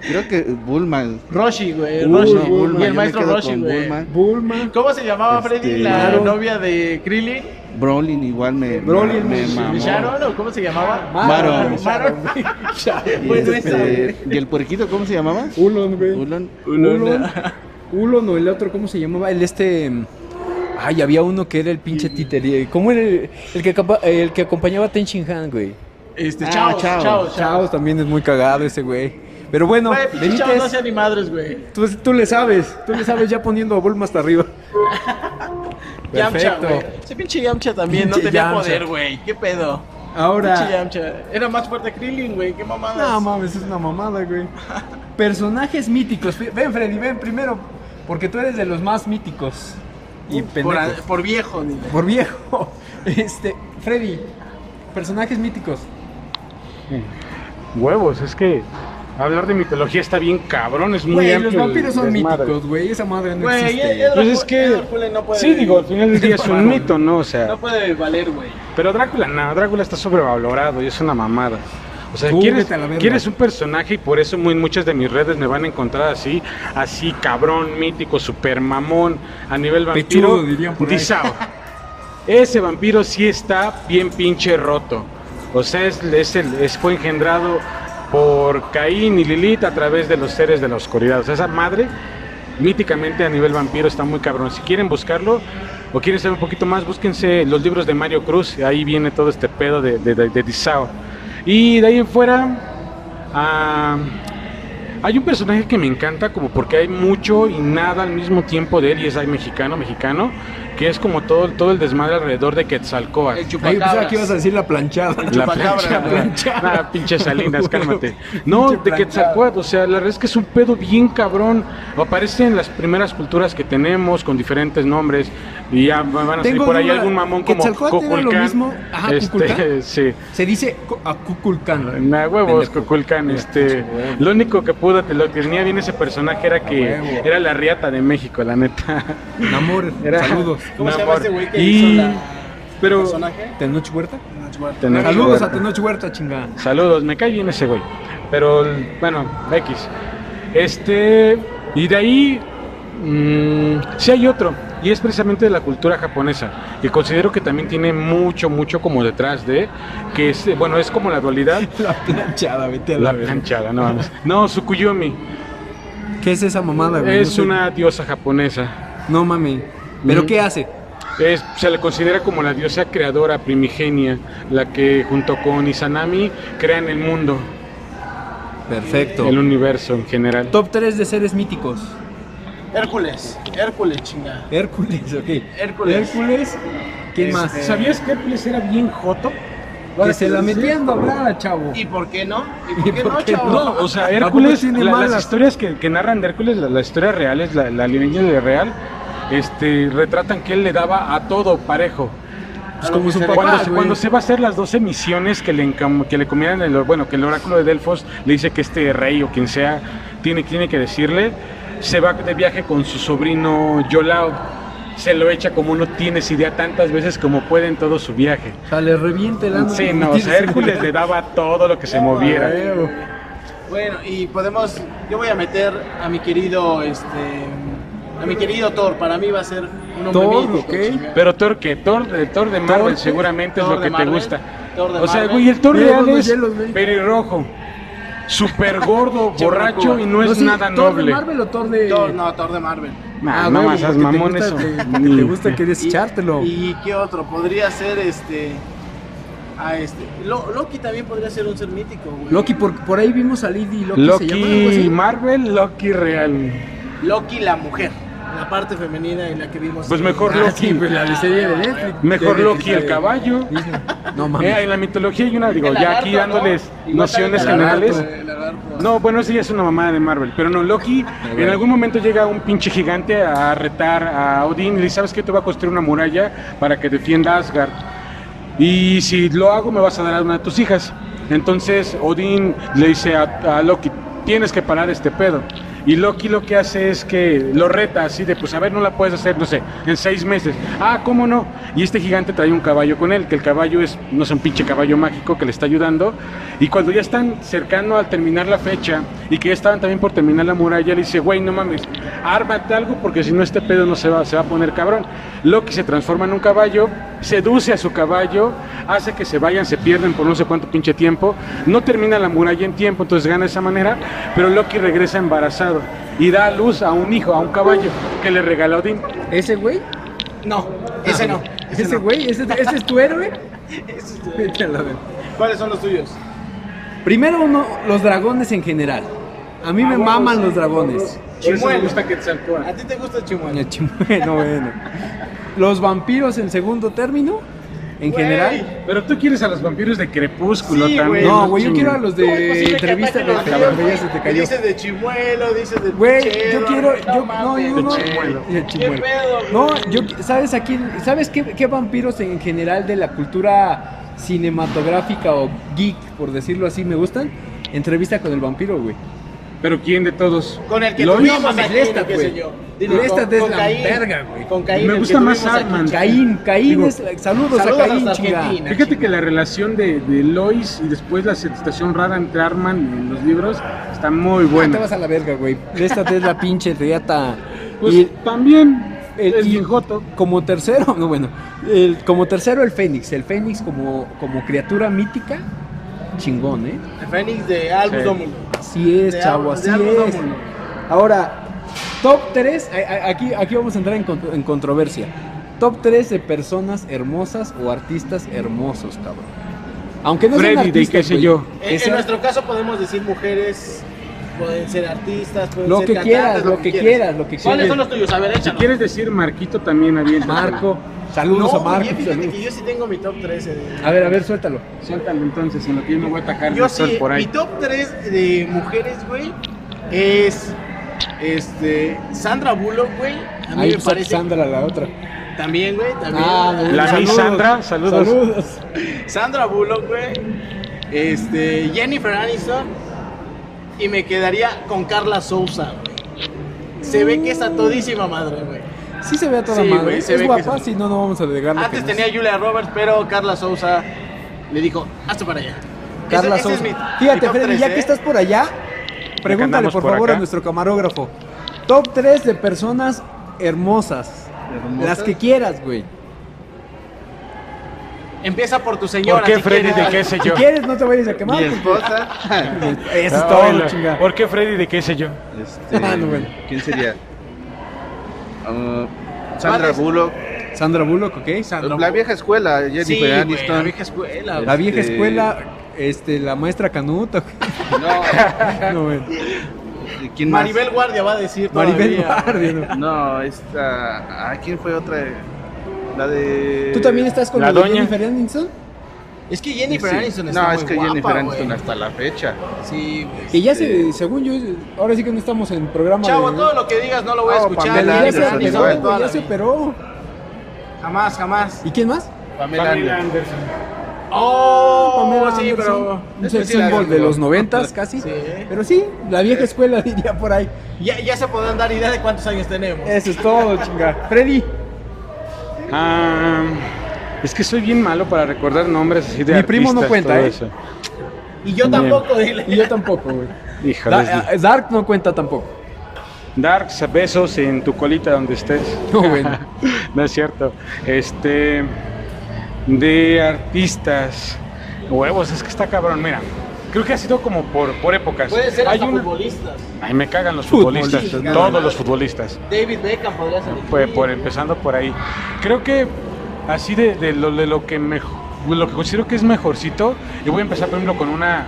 D: Creo que Bulma.
A: Roshi, güey.
D: Uy,
A: Roshi.
D: Bulma,
A: y
D: yo
A: el
D: me
A: maestro
D: quedo
A: Roshi,
D: con
A: güey.
D: Bulma.
B: Bulma.
A: ¿Cómo se llamaba
D: Este,
A: Freddy? La
D: claro.
A: novia de Krillin.
D: Brolin igual me,
B: Brolin,
D: me,
B: sí,
D: mamó.
A: ¿Sharon o cómo se llamaba?
D: Maron.
A: Maron.
D: Y,
A: Bueno,
D: este, ¿Y el puerquito cómo se llamaba?
B: pues, Ulon, güey.
D: Ulon.
B: Ulon. Ulon o el otro, ¿cómo se llamaba? El este. Ay, había uno que era el pinche títere. ¿Cómo era el, el que, acapa- el que acompañaba a Ten Shin Han, güey?
A: Este,
D: Ah,
A: chao, chao,
D: Chaos.
B: Chaos
A: chao.
B: también es muy cagado ese güey. Pero bueno,
A: Güey, pinche Chaos no
B: Benítez,
A: hacía ni madres, güey.
B: tú, tú le sabes. Tú le sabes ya poniendo a Bulma hasta arriba.
A: Yamcha,
B: Perfecto.
A: güey. Ese pinche Yamcha también no
B: Pinche
A: tenía
B: Yamcha.
A: poder, güey. ¿Qué pedo? Pinche
B: Ahora.
A: Yamcha. Era más fuerte Krillin, güey. ¿Qué mamadas?
B: No mames, es una mamada, güey. Personajes míticos. Ven, Freddy, ven primero. Porque tú eres de los más míticos. Y
A: por,
B: pendejos.
A: por viejo, dile.
B: Por viejo. Este, Freddy, personajes míticos.
C: Huevos, es que hablar de mitología está bien cabrón, es muy
B: Güey,
C: amplio
B: los
C: el
B: vampiros son
C: desmadre.
B: míticos, güey. Esa madre no
A: Güey,
B: existe.
A: Edward
C: Pues es
A: Cullen-
C: que-
A: Edward Cullen no puede.
C: Sí, digo, al final del día es un mito, ¿no? O sea,
A: No puede valer, güey.
C: pero Drácula, no, Drácula está sobrevalorado y es una mamada. O sea,
B: Tú
C: quieres,
B: vete a la verga.
C: quieres un personaje y por eso muy, muchas de mis redes me van a encontrar así, así cabrón, mítico, super mamón, a nivel vampiro.
B: Pechudo, dirían por ahí.
C: Dizao. Ese vampiro sí está bien pinche roto. O sea, es, es el- es- fue engendrado por Caín y Lilith a través de los seres de la oscuridad. O sea, esa madre míticamente a nivel vampiro está muy cabrón. Si quieren buscarlo o quieren saber un poquito más, búsquense los libros de Mario Cruz. Ahí viene todo este pedo de, de, de- de Dizao. Y de ahí en fuera, ah, hay un personaje que me encanta como porque hay mucho y nada al mismo tiempo de él y es ahí mexicano, mexicano, que es como todo, todo el desmadre alrededor de Quetzalcóatl.
A: El
B: Ahí pensaba que ibas
A: chupacabras.
B: pues, a decir la planchada.
C: La
A: Chupacabra,
C: plancha,
A: la
B: plancha.
C: Nah, pinche Salinas, cálmate. No,
B: Pinche
C: de Quetzalcoatl, o sea, la verdad es que es un pedo bien cabrón. Aparece en las primeras culturas que tenemos con diferentes nombres y ya van a salir
B: Tengo
C: por ahí
B: duda,
C: algún mamón como
B: ¿Quetzalcóatl era lo
C: Coculcán,
B: mismo? Ajá, Cuculcán.
C: este, sí.
B: Se dice co- a Cuculcán.
C: Nah, huevos,
B: Pendejo.
C: Coculcán, este, lo único que pudo, te lo que tenía bien ese personaje era
B: A
C: que
B: huevo.
C: era la riata de México, la neta.
B: Namor,
C: Era-
B: saludos.
A: ¿Cómo se llama
C: Namor.
A: este güey que
C: Y-
A: hizo la-
C: Pero,
A: personaje?
B: ¿Tenoch Huerta?
C: Tenoch
B: Saludos
C: Huerta.
B: a Tenoch Huerta, chingada.
C: Saludos, me cae bien ese güey. Pero bueno, X. Este, y de ahí, mm, sí hay otro, y es precisamente de la cultura japonesa, que considero que también tiene mucho, mucho como detrás de, que es, eh, bueno, es como la dualidad,
B: La planchada, vete a la,
C: la
B: verga.
C: planchada, no mames. No, Tsukuyomi,
B: ¿Qué es esa mamada, güey?
C: es
B: No sé.
C: una diosa japonesa.
B: No mami. ¿Pero
C: Mm.
B: qué hace?
C: Es- se le considera como la diosa creadora primigenia, la que junto con Izanami crean el mundo,
B: Perfecto.
C: el universo en general.
B: Top 3 de seres míticos.
A: Hércules. Hércules, chinga.
B: Hércules, ok.
A: Hércules.
B: Hércules. ¿Quién
A: Este-
B: más?
C: ¿Sabías que Hércules era bien joto?
B: Que se la metían doblada, chavo.
A: ¿Y por qué no? ¿Y por qué
B: por
A: no,
B: qué
A: chavo?
B: no?
C: No, o sea,
B: ¿A poco
C: Hércules,
B: tiene
C: la- las
B: malas?
C: historias que, que narran de Hércules, la- las historias reales, la, la alienígena de real, este, retratan que él le daba a todo parejo.
B: Pues como su
C: Cuando,
B: papá,
C: se-
B: güey.
C: cuando se va a hacer las 12 misiones que le, encam- que le comieran, el, bueno, que el oráculo de Delfos le dice que este rey o quien sea tiene, tiene que decirle, se va de viaje con su sobrino Yolao. Se lo echa como no tienes idea tantas veces como puede en todo su viaje.
B: O sea, le reviente el Ah, ano.
C: Sí, no, o sea, Hércules le daba todo lo que se moviera.
A: Bueno, y podemos. Yo voy a meter a mi querido. Este. A mi querido Thor. Para mí va a ser un hombre
B: Thor,
A: mítico,
B: ok.
A: chinga.
C: Pero Thor, que Thor de, Thor de Marvel
B: Thor,
C: seguramente
A: Thor
C: es lo
A: de
C: que
A: Marvel,
C: te gusta.
A: Thor de
C: O sea,
A: Marvel.
C: güey, el Thor
B: Mira
C: real
B: los
C: es
B: hielos, güey.
C: pelirrojo, súper gordo,
A: Chavo
C: borracho
A: Cuba.
C: y no es nada
B: ¿Thor de
C: noble.
B: Marvel o Thor de...?
A: Thor, no, Thor de Marvel.
C: Nah,
B: Ah,
C: no
B: huevo,
C: más, haz
B: porque te
C: mamón
B: gusta-
C: eso.
B: te- porque
C: Ni-
B: te gusta quieres
A: Y-
B: echártelo.
A: ¿Y qué otro? Podría ser este. A este. Lo- Loki también podría ser un ser mítico, güey.
B: Loki, por, por ahí vimos a Lady Loki, se llama algo
C: Loki
B: así.
C: Marvel, Loki real.
A: Loki, la mujer. La parte femenina en la que vimos.
C: Pues mejor
B: Ah,
C: Loki.
B: sí, pues la de serie de Netflix.
C: Mejor
B: De
C: Loki el
B: de-
C: caballo.
B: No
C: Eh,
B: mames.
C: en la mitología hay una, digo,
A: El
C: ya
A: lagarto,
C: aquí dándoles
A: ¿no? Igual
C: nociones
A: también el
C: generales.
A: lagarto, el lagarto.
C: No, bueno, eso ya es una mamada de Marvel. Pero no, Loki, en algún momento llega un pinche gigante a retar a Odín y le dice, ¿sabes qué? Te voy a construir una muralla para que defienda a Asgard. Y si lo hago, me vas a dar a una de tus hijas. Entonces Odín le dice a, a Loki, tienes que parar este pedo. Y Loki lo que hace es que lo reta así de, pues a ver, no la puedes hacer, no sé, en seis meses. Ah, ¿cómo no? Y este gigante trae un caballo con él, que el caballo es, no sé, un pinche caballo mágico que le está ayudando. Y cuando ya están cercano al terminar la fecha y que ya estaban también por terminar la muralla, le dice, güey, no mames, ármate algo porque si no este pedo no se va, se va a poner cabrón. Loki se transforma en un caballo, seduce a su caballo, hace que se vayan, se pierden por no sé cuánto pinche tiempo, no termina la muralla en tiempo, entonces gana de esa manera, pero Loki regresa embarazado y da a luz a un hijo, a un caballo que le regaló Odín.
B: ¿Ese güey?
E: No,
A: ese no. Ese
B: ¿Ese
A: no.
B: güey? ¿Ese, ese es tu héroe? Vete a la verga.
A: ¿Cuáles son los tuyos?
B: Primero uno, los dragones en general. A mí me
A: Ah,
B: maman los dragones.
C: Por eso me
A: Chimuelo.
C: gusta Quetzalcóatl.
A: ¿A ti te gusta Chimuel?
B: Bueno, chim- no, bueno. Los vampiros en segundo término, en general.
C: Pero tú quieres a los vampiros de Crepúsculo
A: Sí, güey.
C: también.
B: No, güey, yo
C: Chingue.
B: quiero a los
A: pues
B: de entrevista de Calabella se te cayó.
A: Dices de Chimuelo, dices de
B: Güey,
A: Chelo,
B: yo quiero,
A: no
B: yo,
A: mames.
B: no, y uno,
C: De chimuelo.
B: de chimuelo.
A: ¿Qué pedo, güey?
B: No, yo, ¿sabes a quién, sabes qué, qué vampiros en general de la cultura cinematográfica o geek, por decirlo así, me gustan? Entrevista con el vampiro, güey.
C: Pero ¿quién de todos?
A: Con el que
C: Lo-
A: tuvimos
B: mames,
A: aquí,
B: Lestat,
A: qué sé
B: güey.
A: yo.
B: Lestat es la
A: Caín.
B: verga, güey.
A: Con Caín,
C: Me
A: el que
C: gusta más
A: tuvimos aquí,
C: Arman.
A: chica.
B: Caín, Caín
C: Digo,
B: es, saludos,
A: saludos
B: a Caín,
A: hasta
B: chinga. Ah,
A: Argentina.
C: Fíjate que la relación de, de Lois y después la situación rara entre Arman en los libros está muy
B: Bueno. te
C: buena.
B: vas a la verga, güey. Esta es la pinche teata.
C: Pues
B: y
C: también
B: el-
C: es
B: y-
C: bien joto.
B: como tercero, no bueno, el- como tercero el Fénix, el Fénix como, como criatura mítica, chingón, ¿eh?
A: El Fénix de Albus
C: Sí.
A: Dumbledore.
B: Así es,
A: De
B: chavo,
A: Albus-
B: así
A: de Albus
B: es.
A: Dumbledore.
B: Ahora, top 3, aquí, aquí vamos a entrar en, contro- en controversia. Top 3 de personas hermosas o artistas hermosos, cabrón. Aunque no sean
C: Freddy, de
B: artistas,
C: qué sé
B: güey.
C: yo.
A: En, en
B: Ese-
A: nuestro caso podemos decir mujeres, pueden ser artistas, pueden
B: Lo
A: ser
B: que
A: cantantes,
B: quieras, lo que quieras, lo que
A: ¿Cuáles
B: quieras.
A: son los tuyos? A ver,
C: Si
A: échanos.
C: quieres decir Marquito también había
B: Marco,
A: no,
B: saludos a Marco.
A: oye, fíjate
B: saludos.
A: que yo sí tengo mi top 13 de-
B: A ver, a ver, suéltalo.
C: Suéltalo entonces, en lo que yo me voy a atacar
A: Yo
C: de sol
A: sí,
C: por
A: mi
C: ahí.
A: top 3 de mujeres, güey, es este Sandra Bullock, güey. A mí
B: Ahí
A: me parece
B: Sandra la otra.
A: también, güey, también.
B: Ah,
A: güey.
C: La
B: Saludos.
C: Miss Sandra, saludos.
B: Saludos.
A: Sandra Bullock, güey. Este, Jennifer Aniston y me quedaría con Carla Souza, güey. Se ve que es a todísima madre, güey.
B: Sí se ve a toda
A: Sí,
B: madre.
A: güey, se
B: es
A: ve que
B: guapa,
A: se-
B: si no, no vamos a agregar lo
A: Antes
B: que no es.
A: tenía a Julia Roberts, pero Carla Souza le dijo, hazte para allá. Ese- ese
B: Carla
A: es
B: Sousa.
A: mi- mi
B: Fíjate,
A: top
B: Freddy,
A: tres,
B: ya
A: ¿eh?
B: que estás por allá, pregúntale
C: andamos
B: por,
C: por
B: favor
C: acá.
B: a nuestro camarógrafo. Top 3 de personas hermosas. Las que quieras, güey.
A: Empieza por tu señora.
C: ¿Por qué
A: si
C: Freddy
A: quieres.
C: de qué sé
B: Si
C: yo?
B: quieres, no te vayas a quemar.
D: Mi
B: porque-
D: esposa.
B: Eso
C: Ah,
B: es todo,
C: hola.
B: chinga.
C: ¿Por qué Freddy de qué sé yo?
D: Este,
B: Ah, no, bueno.
D: ¿Quién sería? Ah, Sandra Bullock.
B: Sandra Bullock, ¿ok? Sandra
D: La vieja escuela, Jennifer
A: Ah, Sí, güey, la
D: Aniston.
A: vieja escuela.
B: Bullock. La vieja
D: este-
B: escuela, este, la maestra Canuta. güey. No, güey.
D: No, ¿quién más?
A: Maribel Guardia va a decir
B: Maribel
A: todavía.
B: Guardia, ¿no?
D: No, esta. ah, ¿Quién fue otra? La de.
B: ¿Tú también estás con
C: la
B: la de
C: doña.
B: Jennifer Aniston?
A: Es que Jennifer
D: Sí.
A: Aniston está
D: No,
A: muy
D: es que
A: guapa,
D: Jennifer
A: güey.
D: Aniston hasta la fecha.
A: Sí, güey.
B: Que ya se,
D: Este-
B: según yo, ahora sí que no estamos en programa
A: Chavo,
B: de...
A: todo lo que digas no lo voy a
D: Oh,
A: escuchar.
D: Pamela
A: Jennifer
B: Ya se
A: Aniston
D: Anderson,
B: operó,
D: igual.
A: toda
B: güey,
A: la
B: ya se
A: vida.
B: operó.
A: Jamás, jamás.
B: ¿Y quién más?
D: Pamela Anderson.
A: Oh,
B: Pamela
A: sí,
B: Anderson,
A: pero.
B: Un
D: Es
B: sex
D: que sí la
B: symbol
D: ganó.
B: de los noventas casi.
A: Sí.
B: Pero sí, la vieja escuela diría por ahí.
A: Ya, ya se podrán dar idea de cuántos años tenemos.
B: Eso es todo, chinga. Freddy,
C: Ah, es que soy bien malo para recordar nombres así de
B: Mi primo no
C: artistas,
B: cuenta,
C: todo
B: ¿eh?
C: eso.
A: Y yo
C: Bien.
A: tampoco, dile.
B: y yo tampoco, güey.
C: Híjole.
B: Da- eh, Dark no cuenta tampoco.
C: Dark, besos en tu colita donde estés.
B: No, bueno.
C: no es cierto. Este. De artistas. Huevos, es que está cabrón. Mira, creo que ha sido como por, por épocas.
A: Puede ser
C: Hay
A: hasta
C: una-
A: futbolistas.
C: Ay, me cagan los
B: Futbolistas,
C: futbolistas.
A: no.
C: Todos los futbolistas.
A: David Beckham podría salir.
C: Pues por empezando por ahí. Creo que así de, de lo, de lo que me, lo que considero que es mejorcito, yo voy a empezar por ejemplo con una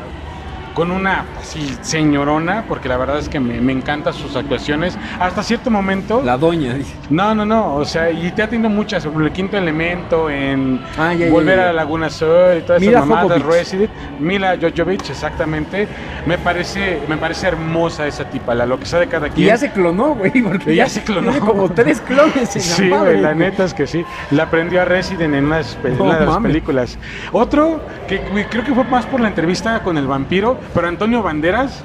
C: con una así señorona, porque la verdad es que me, me encantan sus actuaciones. Hasta cierto momento.
B: La doña. dije.
C: No, no, no. O sea, y te ha tenido muchas, por ejemplo, el quinto elemento, en
B: Ah, ya, ya,
C: Volver
B: ya, ya.
C: a la Laguna Sur y todas esas
B: Mila
C: mamadas,
B: Jovovich.
C: Resident, Mila Jojovic, exactamente. Me parece, me parece hermosa esa tipa, la lo que sea de cada
B: Y
C: quien.
B: ya se clonó, güey, porque
C: Y ya se clonó.
B: Tiene como tres clones en
C: Sí,
B: la madre.
C: güey, la neta es que sí. La aprendió a Resident en unas pe-
B: No
C: una de las
B: mames.
C: películas. Otro, que güey, creo que fue más por la entrevista con el vampiro, pero Antonio Banderas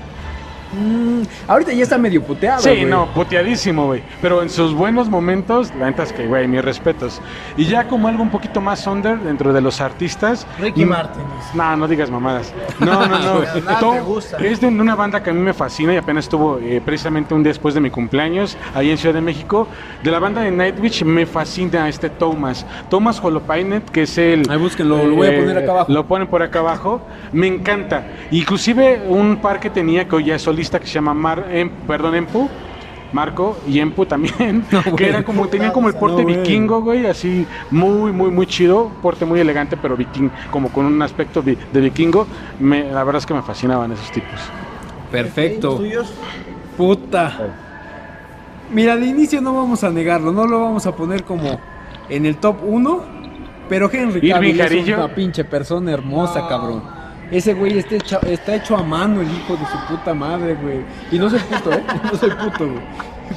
B: Mm, ahorita ya está medio puteado.
C: Sí,
B: güey.
C: no, puteadísimo, güey. Pero en sus buenos momentos, la neta es que, güey, mis respetos. Y ya como algo un poquito más under dentro de los artistas.
A: Ricky
C: mm,
A: Martin. Pues,
C: No, no digas mamadas. No, no, no.
A: Nada
C: Todo-
A: te gusta.
C: Es de una banda que a mí me fascina y apenas estuvo eh, precisamente un día después de mi cumpleaños, ahí en Ciudad de México. De la banda de Nightwish me fascina este Thomas. Thomas Holopainet, que es el.
B: Ahí búsquenlo, lo voy a poner acá abajo.
C: Eh, Lo ponen por acá abajo. Me encanta. Inclusive un par que tenía que hoy ya es solista que se llama Mar, em- perdón, Empu. Marco y Empu también, que
B: güey.
C: era como, tenía como el porte
B: No, güey.
C: vikingo, güey, así muy, muy, muy chido, porte muy elegante, pero viking, como con un aspecto vi- de vikingo, me, la verdad es que me fascinaban esos tipos.
B: Perfecto.
A: ¿Tuyos?
B: Puta. Mira, de inicio no vamos a negarlo, no lo vamos a poner como en el top 1, pero Henry
C: Irving
B: Cavill es
C: Jarillo.
B: una pinche persona hermosa, cabrón. Ese güey está hecho, está hecho a mano, el hijo de su puta madre, güey. Y no soy puto, ¿eh? No soy puto, güey.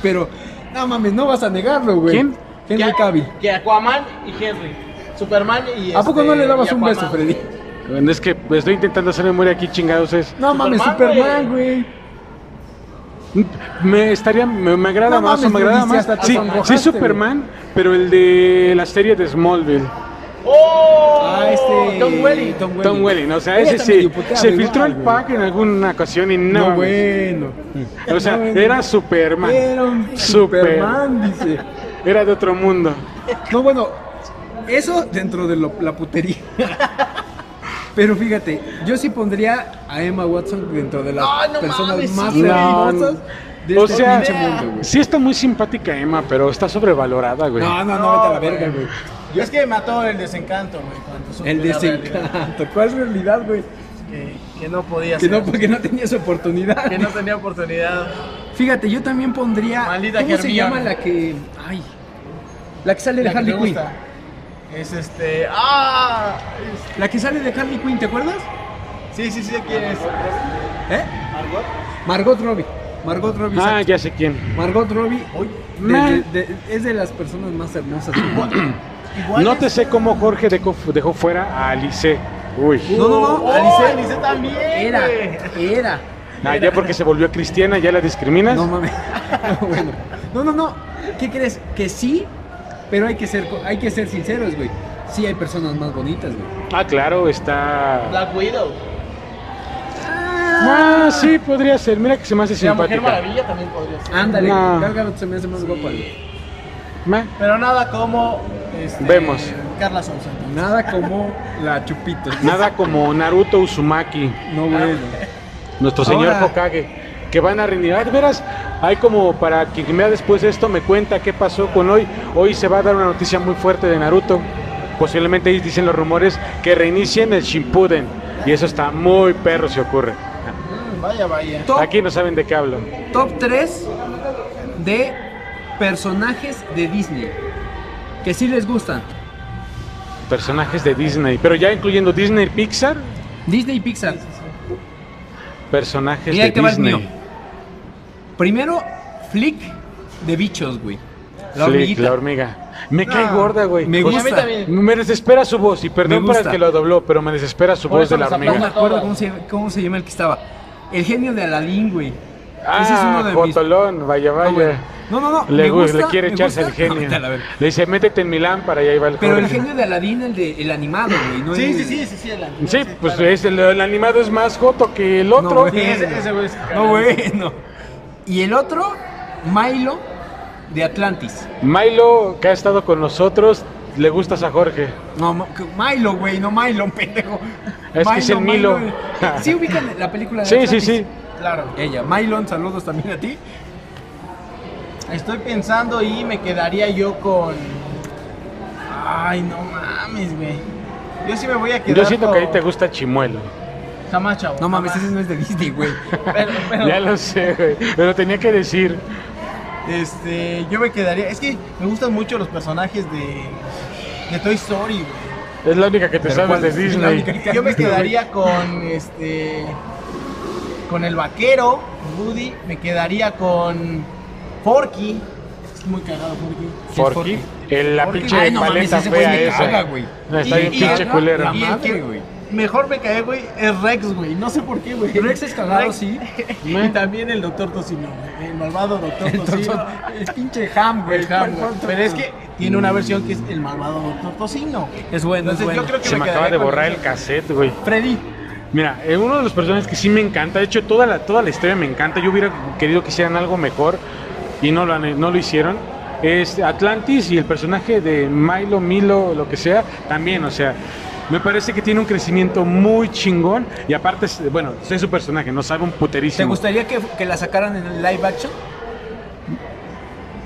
B: Pero, no mames, no vas a negarlo, güey.
C: ¿Quién?
B: Henry
A: Que-
B: Cavill.
A: Que Aquaman y Henry. Superman y.
B: ¿A poco
A: este,
B: no le dabas
A: y
B: un beso,
A: Aquaman,
B: Freddy?
A: güey.
C: Bueno, es que estoy intentando hacer memoria aquí, chingados, es...
B: No mames,
A: Superman,
B: Superman, güey.
C: Me estaría, me, me agrada
B: No
C: más,
B: mames,
C: o me agrada
B: Luis, ya
C: más.
B: hasta te
C: Sí,
B: sonrojaste,
C: sí, Superman, pero el de la serie de Smallville.
A: ¡Oh!
B: Ah, este.
A: Tom Welling.
B: Tom
C: Tom Welling, o sea,
B: Ella
C: ese
B: está
C: sí,
B: medio puteada,
C: se
B: igual,
C: filtró el
B: güey.
C: pack en alguna ocasión y no,
B: No,
C: güey.
B: bueno.
C: o sea,
B: no, güey.
C: era Superman,
B: Era un
C: Super.
B: Superman, dice.
C: era de otro mundo.
B: No, bueno, eso dentro de lo- la putería. Pero fíjate, yo sí pondría a Emma Watson dentro de las
A: Ay, no
B: personas
A: mames,
B: más
A: sí,
B: hermosas de
C: O
B: este
C: sea,
B: pinche mundo, güey.
C: sí está muy simpática Emma, pero está sobrevalorada, güey. Ah,
B: No, no,
A: No,
B: no, vete a la
A: güey.
B: verga, güey.
A: Es que mató el desencanto, güey. cuando supe
B: El
A: la realidad.
B: desencanto. ¿Cuál realidad, güey?
A: Que, que no podía
B: Que
A: ser.
B: no, porque no tenías oportunidad.
A: que no tenía oportunidad.
B: Fíjate, yo también pondría.
A: Maldita
B: ¿Cómo se
A: Hermione.
B: llama la que. Ay. La que sale de
A: La que
B: Harley
A: me
B: Quinn.
A: gusta. Es este. ¡Ah! Es-
B: La que sale de Harley Quinn, ¿te acuerdas?
A: Sí, sí, sí, sé quién es.
B: ¿Eh? Margot Robbie. Margot Robbie.
C: ah,
B: exacto.
C: ya sé quién.
B: Margot Robbie
A: Uy,
B: de-
C: Man.
B: de- de- es de las personas más hermosas. del mundo.
A: igual
C: no
A: es-
C: te sé cómo Jorge dejó, dejó fuera a Alice. Uy.
B: No, no, no,
A: Oh,
B: Alice.
A: Alice también.
B: Era,
A: güey.
B: era.
C: Ah, ya porque se volvió cristiana, ya la discriminas.
B: No mames. No, bueno. No, no, no. ¿Qué crees? Que sí, pero hay que ser, co- hay que ser sinceros, güey. Sí hay personas más bonitas, güey.
C: Ah, claro, está.
A: Black Widow.
C: Ah, sí, podría ser. Mira que se me hace
A: La Mujer
C: simpática.
A: Maravilla también podría ser.
B: Ándale,
C: No.
B: güey, Gal Gadot se me hace más guapa, güey.
C: Ma-
A: Pero nada como. este,
C: Vemos.
A: Carla Sousa.
B: Nada como la Chupito.
C: Nada como Naruto Uzumaki.
B: No, bueno.
C: Nuestro señor
B: Ahora-
C: Hokage, que van a rendir. Ah, de veras, hay como para quien vea después de esto me cuenta qué pasó con hoy. Hoy se va a dar una noticia muy fuerte de Naruto. Posiblemente ahí dicen los rumores que reinicien el Shippuden. Y eso está muy perro si ocurre.
A: Mm, vaya, vaya.
B: Top,
C: Aquí no saben de qué hablo.
B: top 3 de personajes de Disney. Que sí les gustan.
C: Personajes de Disney. Pero ya incluyendo Disney Pixar,
B: Disney y Pixar.
C: personajes
B: Mira, ahí
C: de
B: te va el
C: Disney.
B: mío. Primero, Flick de bichos, güey. La
C: Flick,
B: hormiguita.
C: la hormiga. Me cae gorda, güey. Pues
B: me
C: O sea,
A: Y a mí
B: gusta.
A: también.
C: me desespera su voz. Y perdón para el
B: gusta.
C: que lo dobló, pero me desespera su
A: Por
C: voz
A: eso
C: de la
A: los
B: No me
C: hormiga.
B: acuerdo cómo se, cómo se llama el que estaba. El genio de Aladín, güey. Ese es uno
C: Ah,
B: de mis-
C: Jotolón, vaya,
B: No, güey.
C: vaya.
B: No, no, no.
C: Le,
B: me
C: gu-
B: gusta,
C: le quiere
B: me
C: echarse al
B: gusta.
C: genio.
B: Vete a la verga.
C: Le dice, métete en Milán para allá y va el
B: Pero el
C: joven.
B: genio de Aladín, el, de, el animado, güey. No
A: Sí,
B: el-
A: sí, sí, sí, sí, Alan.
C: Sí, pues
A: claro.
C: es el, el animado es más joto que el
B: No,
C: otro.
B: güey.
A: Ese- ese güey es-
B: No, güey, no. Y el otro, Milo de Atlantis.
C: Milo, que ha estado con nosotros, le gustas a Jorge.
B: No, Ma- que- Milo, güey, no Milo, pendejo.
C: Es que es el Milo.
B: Sí, ubican la película de
C: Sí, sí,
B: Atlantis.
C: sí.
A: Claro.
B: Ella, Mylon, saludos también a ti.
A: Estoy pensando y me quedaría yo con. Ay, no mames, güey. Yo sí me voy a quedar.
C: Yo siento que a ti
A: con-
C: te gusta Chimuelo.
A: Jamás, chavo.
B: No mames,
A: jamás.
B: ese no es de Disney, güey.
A: Pero, pero,
C: Ya lo sé, güey. Pero tenía que decir.
A: Este, yo me quedaría. Es que me gustan mucho los personajes de. De Toy Story, güey.
C: Es la única que te sabes
B: ¿cuál?
C: de
B: Es la única
C: Disney.
B: que-
A: Yo me quedaría con este. Con el vaquero, Woody. Me quedaría con. Forky. Es muy cagado, Forky.
C: Forky. El- La
A: Forky.
C: pinche
A: Ay,
B: no mames,
C: paleta
B: ese güey
C: fea
B: me
C: esa.
B: caga, güey.
C: No, está
A: Y-
C: bien
A: y-
C: pinche
A: y-
C: culero.
B: La
A: y-
B: madre,
A: quiero-
B: güey.
A: mejor me cae, güey, es Rex, güey. No sé por qué, güey.
B: Rex es cagado,
A: Rex-
B: sí.
A: Y también el doctor Tocino, güey. El malvado doctor Tocino.
B: Es pinche ham, güey.
A: Ham, güey. Pero es que tiene una versión que es el malvado doctor Tocino. güey.
B: Es bueno, es
A: Entonces
B: bueno.
A: yo creo que
C: Se me acaba
A: quedaría
C: de
A: con
C: borrar
A: esa.
C: el cassette, güey.
B: Freddy,
C: Mira, eh, uno de los personajes que sí me encanta, de hecho toda la, toda la historia me encanta, yo hubiera querido que hicieran algo mejor y no lo, han- no lo hicieron, es Atlantis y el personaje de Milo, Milo, lo que sea, también, o sea, me parece que tiene un crecimiento muy chingón y aparte, es- bueno, es su personaje, no sabe un
B: ¿te
C: puterísimo.
B: gustaría que, que la sacaran en el live action?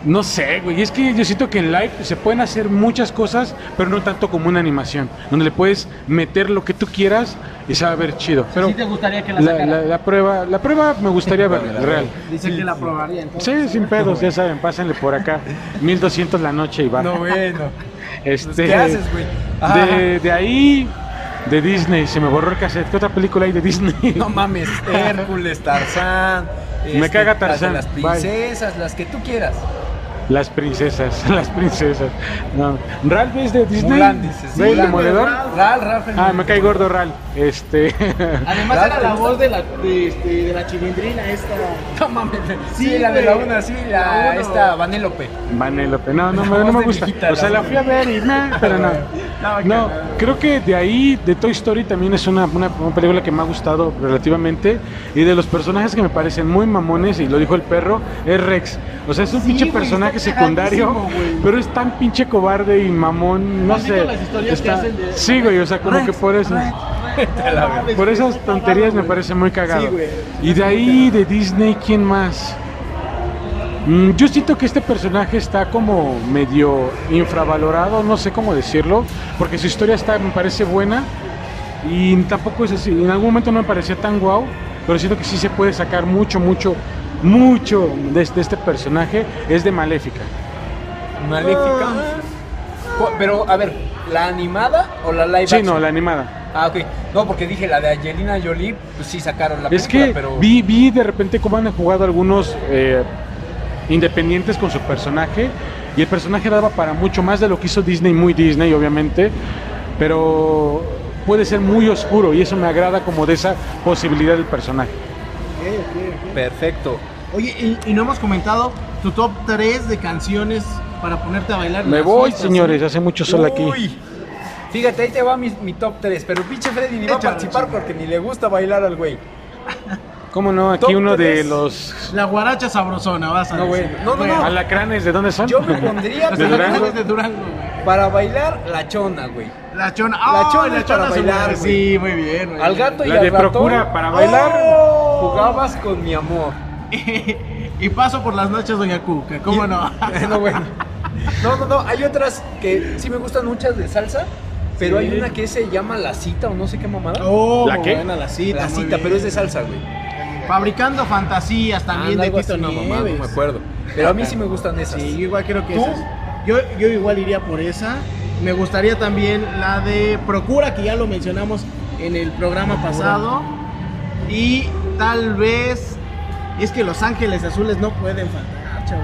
C: No sé, güey. Es que yo siento que en live se pueden hacer muchas cosas, pero no tanto como una animación, donde le puedes meter lo que tú quieras y se va a ver chido. Pero
A: ¿Sí te gustaría que la,
C: la,
A: sacara?
C: la- la prueba, la prueba me gustaría verla, real.
A: Dice que la probaría, entonces.
C: Sí, sin pedos, ya saben, pásenle por acá. 1200 la noche y va.
B: bueno. pues,
C: este,
B: ¿Qué haces, güey? Ah, Ajá.
C: De, de ahí, de Disney, se me borró el cassette. ¿Qué otra película hay de Disney?
B: No mames, Hércules, Tarzán. este,
C: Me caga Tarzán,
B: Las, de
C: bye.
B: las princesas, las que tú quieras.
C: Las princesas, las princesas. No. Ralph es de Disney.
B: Mulan, dices.
C: ¿Ve el
B: Mulan.
C: demoledor?
B: Ral, Ral, Fernández.
C: Ah, me cae gordo Ral. Este.
A: Además
B: Claro,
A: era
B: te
A: la
B: gusta.
A: voz de la, de, este, de la chilindrina esta.
B: No mames. Sí,
A: Sí,
B: la de la
A: güey.
B: una, sí,
A: La
B: la,
A: uno.
B: esta Vanélope.
C: Vanélope. No, no,
B: La
C: me- no
B: voz
C: me
B: de
C: gusta.
B: viejita,
C: o sea,
B: la
C: la
B: voz
C: fui a ver y nada, pero no. No, creo que de ahí, de Toy Story también es una, una, una película que me ha gustado relativamente. Y de los personajes que me parecen muy mamones, y lo dijo el perro, es Rex. O sea, es un
A: Sí,
C: pinche
A: güey,
C: personaje
A: está
C: secundario,
A: cagadísimo, güey.
C: pero es tan pinche cobarde y mamón, no
A: ¿Has
C: sé.
A: visto las historias que hacen de-
C: Sí, güey, o sea, como que por eso. Por esas tonterías me parece muy cagado.
A: Sí, güey.
C: y de ahí, de Disney, ¿quién más? Mm, yo siento que este personaje está como medio infravalorado, no sé cómo decirlo, porque su historia está, me parece buena y tampoco es así. En algún momento no me parecía tan guau, pero siento que sí se puede sacar mucho, mucho, mucho de, de este personaje. Es de Maléfica.
A: Ah.
B: Maléfica. Cu- Pero, a ver, ¿la animada o la live
C: Sí,
B: action?
C: no, la animada.
B: Ah, ok. No, porque dije la de Angelina Jolie, pues sí sacaron la
C: Es
B: película,
C: que
B: pero...
C: vi, vi de repente cómo han jugado algunos eh, independientes con su personaje y el personaje daba para mucho más de lo que hizo Disney, muy Disney obviamente, pero puede ser muy oscuro y eso me agrada como de esa posibilidad del personaje.
B: Perfecto.
A: Oye, y, y no hemos comentado tu top 3 de canciones para ponerte a bailar. en
C: Me
A: las
C: voy
A: fiestas,
C: señores,
A: ¿sí?
C: hace mucho sol aquí.
B: Uy. Fíjate, ahí te va mi, mi top 3, pero pinche Freddy ni va a
A: Échalo,
B: participar
A: échalo.
B: porque ni le gusta bailar al güey.
C: ¿Cómo no? Aquí
B: Top
C: uno de
B: tres.
C: los
A: La guaracha sabrosona, vas a
B: No,
A: decir.
B: güey. No, no,
A: Bueno,
B: no.
C: alacranes, ¿de dónde son?
B: Yo me pondría
A: Los
C: ¿De Durango?
A: alacranes de Durango, güey.
B: para bailar la chona, güey.
A: La chona.
B: La
A: ¡Ah,
B: chona
A: la
B: es para
A: chona es un
B: bailar,
A: lugar!
B: güey.
A: Sí, muy bien, güey.
B: Al gato y
C: La
B: al
C: de
B: ratón.
C: procura para bailar.
B: ¡Oh! Jugabas con mi amor.
A: y paso por las noches, Doña Cuca, ¿cómo
B: Y-
A: no?
B: no, bueno. No, no, no. Hay otras que sí me gustan muchas de salsa, pero
A: Sí.
B: hay una que se llama la cita o no sé qué mamada.
A: Oh,
C: ¿La qué?
A: buena, la cita.
B: la
A: muy
B: cita,
A: bien.
B: pero es de salsa, güey.
A: Fabricando fantasías también
B: Ah,
A: de
B: algo
A: Tito
B: así,
A: Nieves.
B: mamá, no me acuerdo. Pero a mí sí me gustan esas.
A: Sí, yo igual creo que
B: ¿Tú?
A: esas. Yo, yo igual iría por esa. Me gustaría también la de Procura, que ya lo mencionamos en el programa pasado. Y tal vez. Es que Los Ángeles Azules no pueden faltar, chavo.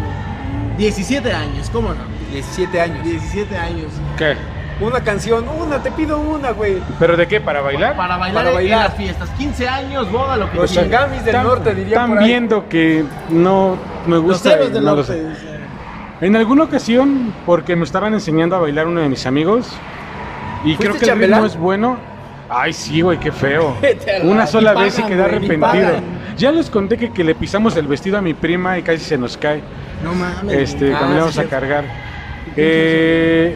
A: 17 años, ¿cómo no?
B: 17 años.
A: 17 años.
C: ¿Qué?
B: Una canción, una, te pido una, güey.
C: ¿Pero de qué? ¿Para bailar?
A: Para bailar,
B: Para
A: en
B: bailar.
A: las fiestas. 15 años, boda, lo que
B: Los
A: quieras.
B: changamis del
C: Están-
B: norte, diría
C: Están
B: por ahí.
C: viendo que no me
A: Los
C: gusta.
A: héroes
C: y
A: del
C: no lo
A: norte.
C: sé.
A: dice.
C: En alguna ocasión, porque me estaban enseñando a bailar uno de mis amigos, y
B: ¿Fuiste
C: creo que el
B: chambelán?
C: ritmo es bueno. Ay, sí, güey, qué feo.
B: Vete a la-
C: Una sola
A: y pagan,
C: vez y quedé
A: güey, y
C: arrepentido.
A: pagan.
C: Ya les conté que, que le pisamos el vestido a mi prima y casi se nos cae.
A: No mames.
C: Este,
A: güey.
B: Ah,
C: cuando
B: sí,
C: le vamos a
B: cierto.
C: cargar. Eh,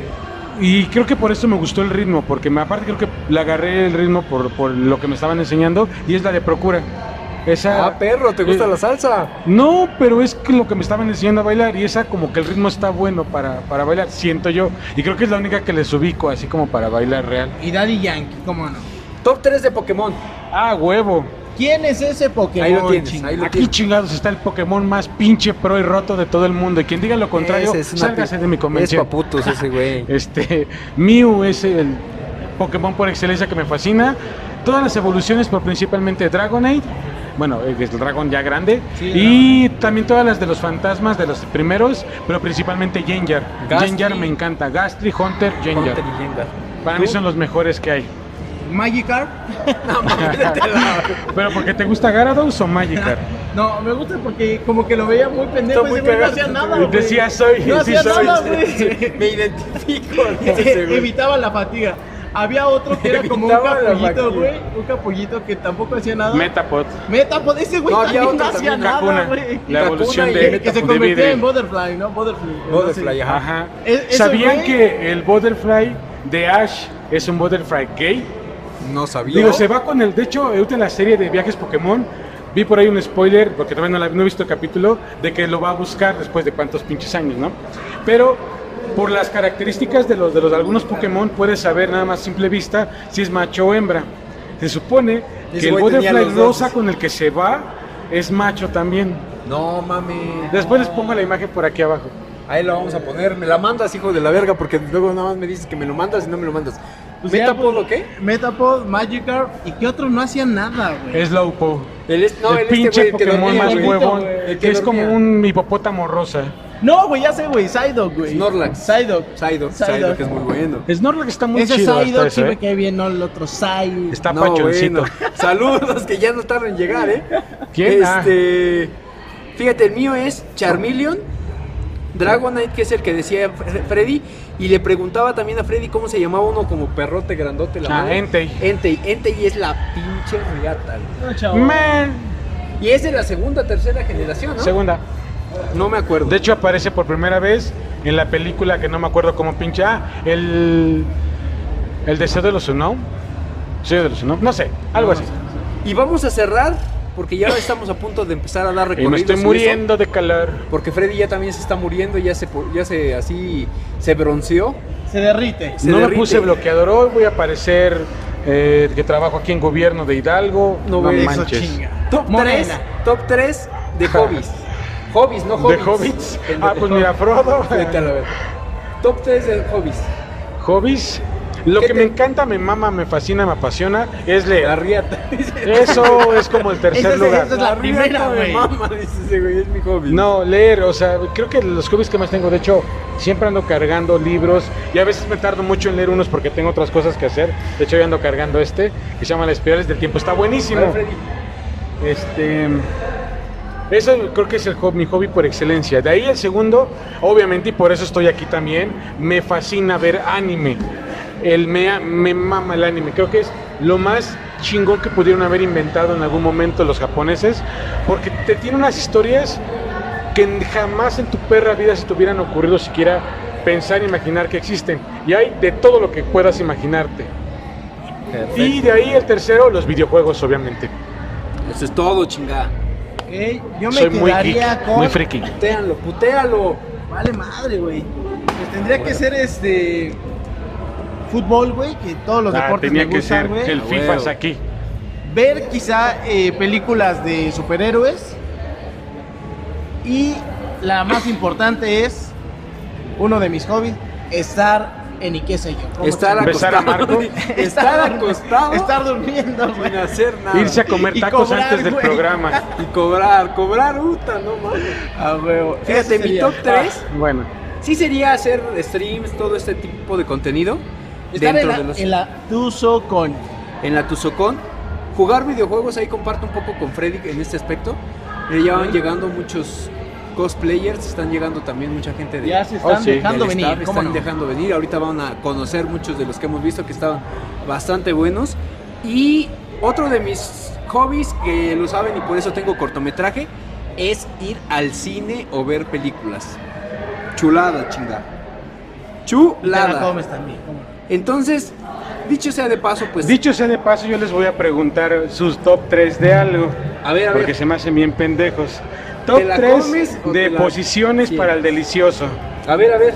C: y creo que por eso me gustó el ritmo, porque me, aparte creo que le agarré el ritmo por, por lo que me estaban enseñando, y es la de Procura. Esa,
B: Ah, perro, ¿te gusta
C: eh,
B: la salsa?
C: no, pero es que lo que me estaban enseñando a bailar y esa como que el ritmo está bueno para, para bailar, siento yo. Y creo que es la única que les ubico así como para bailar real.
A: Y Daddy Yankee, ¿cómo no?
B: Top 3 de Pokémon.
C: Ah, huevo.
A: ¿Quién es ese Pokémon?
B: Ahí lo tienes,
A: chingada?
B: ahí lo
C: Aquí chingados está el Pokémon más pinche pro y roto de todo el mundo. Y quien diga lo contrario,
B: Ese una
C: sálgase
B: pi-
C: de mi
B: Es
C: convención.
B: paputos ese güey.
C: Este, Mew es el Pokémon por excelencia que me fascina. Todas las evoluciones, pero principalmente Dragonite. Bueno, es el dragón ya grande.
A: Sí,
C: y también todas las de los fantasmas, de los primeros, pero principalmente Gengar.
B: Gastly.
C: Gengar me encanta. Gastly, Hunter, Gengar.
B: Ponte leyenda.
C: Para
B: ¿Tú?
C: mí son los mejores que hay.
F: Magikarp.
A: este
C: ¿Pero porque te gusta Gyarados o Magikarp?
A: No, me gusta porque como que lo veía muy pendejo
B: Está muy
A: ese güey no
B: cagado.
A: hacía nada, güey.
C: Decía, soy-
A: No
C: sí
A: hacía
C: soy.
A: nada, güey.
B: Me identifico.
A: Eh, evitaba la fatiga. Había otro que era como un
B: Evitaba la fatiga.
A: capullito, güey. Un capullito que tampoco hacía nada.
C: Metapod.
A: Metapod, ese güey
B: No, había
A: también no
B: otro
A: hacía
B: también,
A: nada,
C: Kakuna.
A: güey.
C: La evolución
B: y
C: de,
A: Que- que se
C: de
A: convertía
C: Videl.
A: en Butterfly, ¿no? Butterfly. o no
B: Butterfly,
A: sé.
B: ajá.
C: Ajá.
A: E- ese
C: ¿Sabían
A: güey-
C: que el Butterfly de Ash es un Butterfly gay?
B: No sabía.
C: Digo, se va con el. De hecho, ahorita en la serie de viajes Pokémon, vi por ahí un spoiler, porque todavía no, la- no he visto el capítulo, de que lo va a buscar después de cuántos pinches años, ¿no? Pero. Por las características de los de los de algunos Pokémon puedes saber nada más a simple vista si es macho o hembra. Se supone
B: Ese
C: que el
B: güey tenía
C: Butterfly
B: los dos.
C: rosa con el que se va es macho también.
B: No mames.
C: Después les pongo la imagen por aquí abajo.
B: Ahí lo vamos a poner. Me la mandas, hijo de la verga, porque luego nada más me dices que me lo mandas y no me lo mandas.
A: Pues ya,
B: ¿Metapod
A: pues,
B: o qué?
A: Metapod, Magikarp y qué otro no hacía nada, güey.
C: Slowpoke.
B: El, es- no,
C: el,
B: el este
C: pinche
B: güey, el que
C: Pokémon
B: dormía,
C: más
B: güey.
C: huevón.
B: El
C: que es
B: dormía.
C: como un hipopótamo rosa.
A: No, güey, ya sé, güey. Psyduck, güey.
B: Snorlax.
A: Psyduck. Psyduck.
B: Psyduck. Psyduck es muy bueno.
C: Snorlax está muy
A: Ese
C: chido. hasta
A: Psyduck sí
C: eso,
A: me
C: ¿eh?
A: cae bien, no el otro Psy.
C: Está
B: No,
C: pachoncito.
B: bueno. Saludos que ya no tardan en llegar, ¿eh?
C: ¿Quién? Ah.
B: Este, fíjate, el mío es Charmeleon, Dragonite, que es el que decía Fre- Freddy, y le preguntaba también a Freddy cómo se llamaba uno como perrote grandote la
C: Ah,
B: madre.
C: Entei.
B: Entei, Entei es la pinche regata.
A: No, chavo.
C: Man.
B: Y es de la segunda, tercera generación, ¿no?
C: Segunda.
B: no me acuerdo.
C: De hecho, aparece por primera vez en la película que no me acuerdo cómo pinche. Ah, el. El deseo de los Unown. Sí, de los Unown. No sé, algo así.
B: y vamos a cerrar porque ya estamos a punto de empezar a dar
C: Y me
B: recorridos.
C: estoy
B: en eso,
C: muriendo de calor.
B: Porque Freddy ya también se está muriendo, ya se po- ya se así se bronceó.
A: Se derrite.
B: Se
C: no
B: derrite.
C: me puse bloqueador hoy. Voy a aparecer eh, que trabajo aquí en gobierno de Hidalgo.
B: No,
C: No,
B: güey, eso
C: manches.
B: Top
A: Morena.
B: 3, top 3 de hobbies. hobbies, no
C: ¿De
B: hobbies.
C: hobbits? Ah, pues mira, Frodo.
B: Vete a la verga. Top 3 de hobbies.
C: ¿Hobbies? Lo
B: ¿Qué
C: que
B: te-
C: me encanta, me mama, me fascina, me apasiona es
B: La
C: leer.
B: riata. Dice,
C: Eso es como el tercer
A: Ese es-
C: lugar.
A: ese es la primera,
B: riata me
A: güey.
B: mama, dice ese güey, es mi hobby.
C: No, leer, o sea, creo que los hobbies que más tengo, de hecho, siempre ando cargando libros y a veces me tardo mucho en leer unos porque tengo otras cosas que hacer. De hecho, yo ando cargando este que se llama Las Espirales del Tiempo. Está
B: A
C: buenísimo.
B: ver, Freddy.
C: Este, eso creo que es el hobby, mi hobby por excelencia. De ahí el segundo, obviamente, y por eso estoy aquí también, me fascina ver anime. El me, me mama el anime. Creo que es lo más chingón que pudieron haber inventado en algún momento los japoneses, porque te tiene unas historias que jamás en tu perra vida se te hubieran ocurrido siquiera pensar, e imaginar que existen. Y hay de todo lo que puedas imaginarte. Y de ahí el tercero, los videojuegos, obviamente.
B: Eso es todo, chingada.
A: Ok, Yo me
C: Soy muy
A: quedaría
C: geek,
A: con.
C: muy friki.
B: Putéalo, putéalo.
A: Vale madre, güey. Pues tendría que ser este fútbol, güey, que todos los
C: Ah,
A: deportes
C: tenía
A: me
C: que
A: gustan,
C: ser
A: güey.
C: el
B: A
C: FIFA
B: huevo.
C: es aquí.
A: Ver quizá eh, películas de superhéroes. Y la más importante es uno de mis hobbies, estar en y qué sé yo. ¿cómo
B: Estar
A: se llama?
C: Besar a
B: acostado.
C: Marco.
B: Estar acostado.
A: estar durmiendo, güey.
B: sin hacer nada.
C: Irse a comer
A: Y
C: tacos
A: cobrar,
C: antes del
A: güey.
C: programa.
B: Y cobrar, cobrar uta, no mames.
A: A huevo.
B: Fíjate,
A: Ese
B: mi
A: sería.
B: top 3
C: Bueno,
B: sí sería hacer streams, todo este tipo de contenido.
A: Estar en
B: dentro
A: la,
B: de los...
A: en la Tuzo con
B: en la Tuzocón. Jugar videojuegos, ahí comparto un poco con Freddy en este aspecto. Eh, ya van llegando muchos cosplayers, están llegando también mucha gente de,
A: ya se
C: Oh,
A: están
C: sí.
A: dejando
B: del
A: venir,
B: staff,
A: ¿cómo
B: están
A: no?
B: dejando venir. Ahorita van a conocer muchos de los que hemos visto que estaban bastante buenos. Y otro de mis hobbies, que lo saben y por eso tengo cortometraje, es ir al cine o ver películas. Chulada,
A: Y te
B: chinga.
A: la
B: Chulada.
A: comes también, ¿cómo no?
B: Entonces, dicho sea de paso, pues...
C: dicho sea de paso, yo les voy a preguntar sus top 3 de algo.
B: A ver, a ver.
C: Porque se me hacen bien pendejos. Top
B: la comes
C: 3
B: o te
C: de
B: la-
C: posiciones
B: Sí.
C: para el delicioso.
B: A ver, a ver.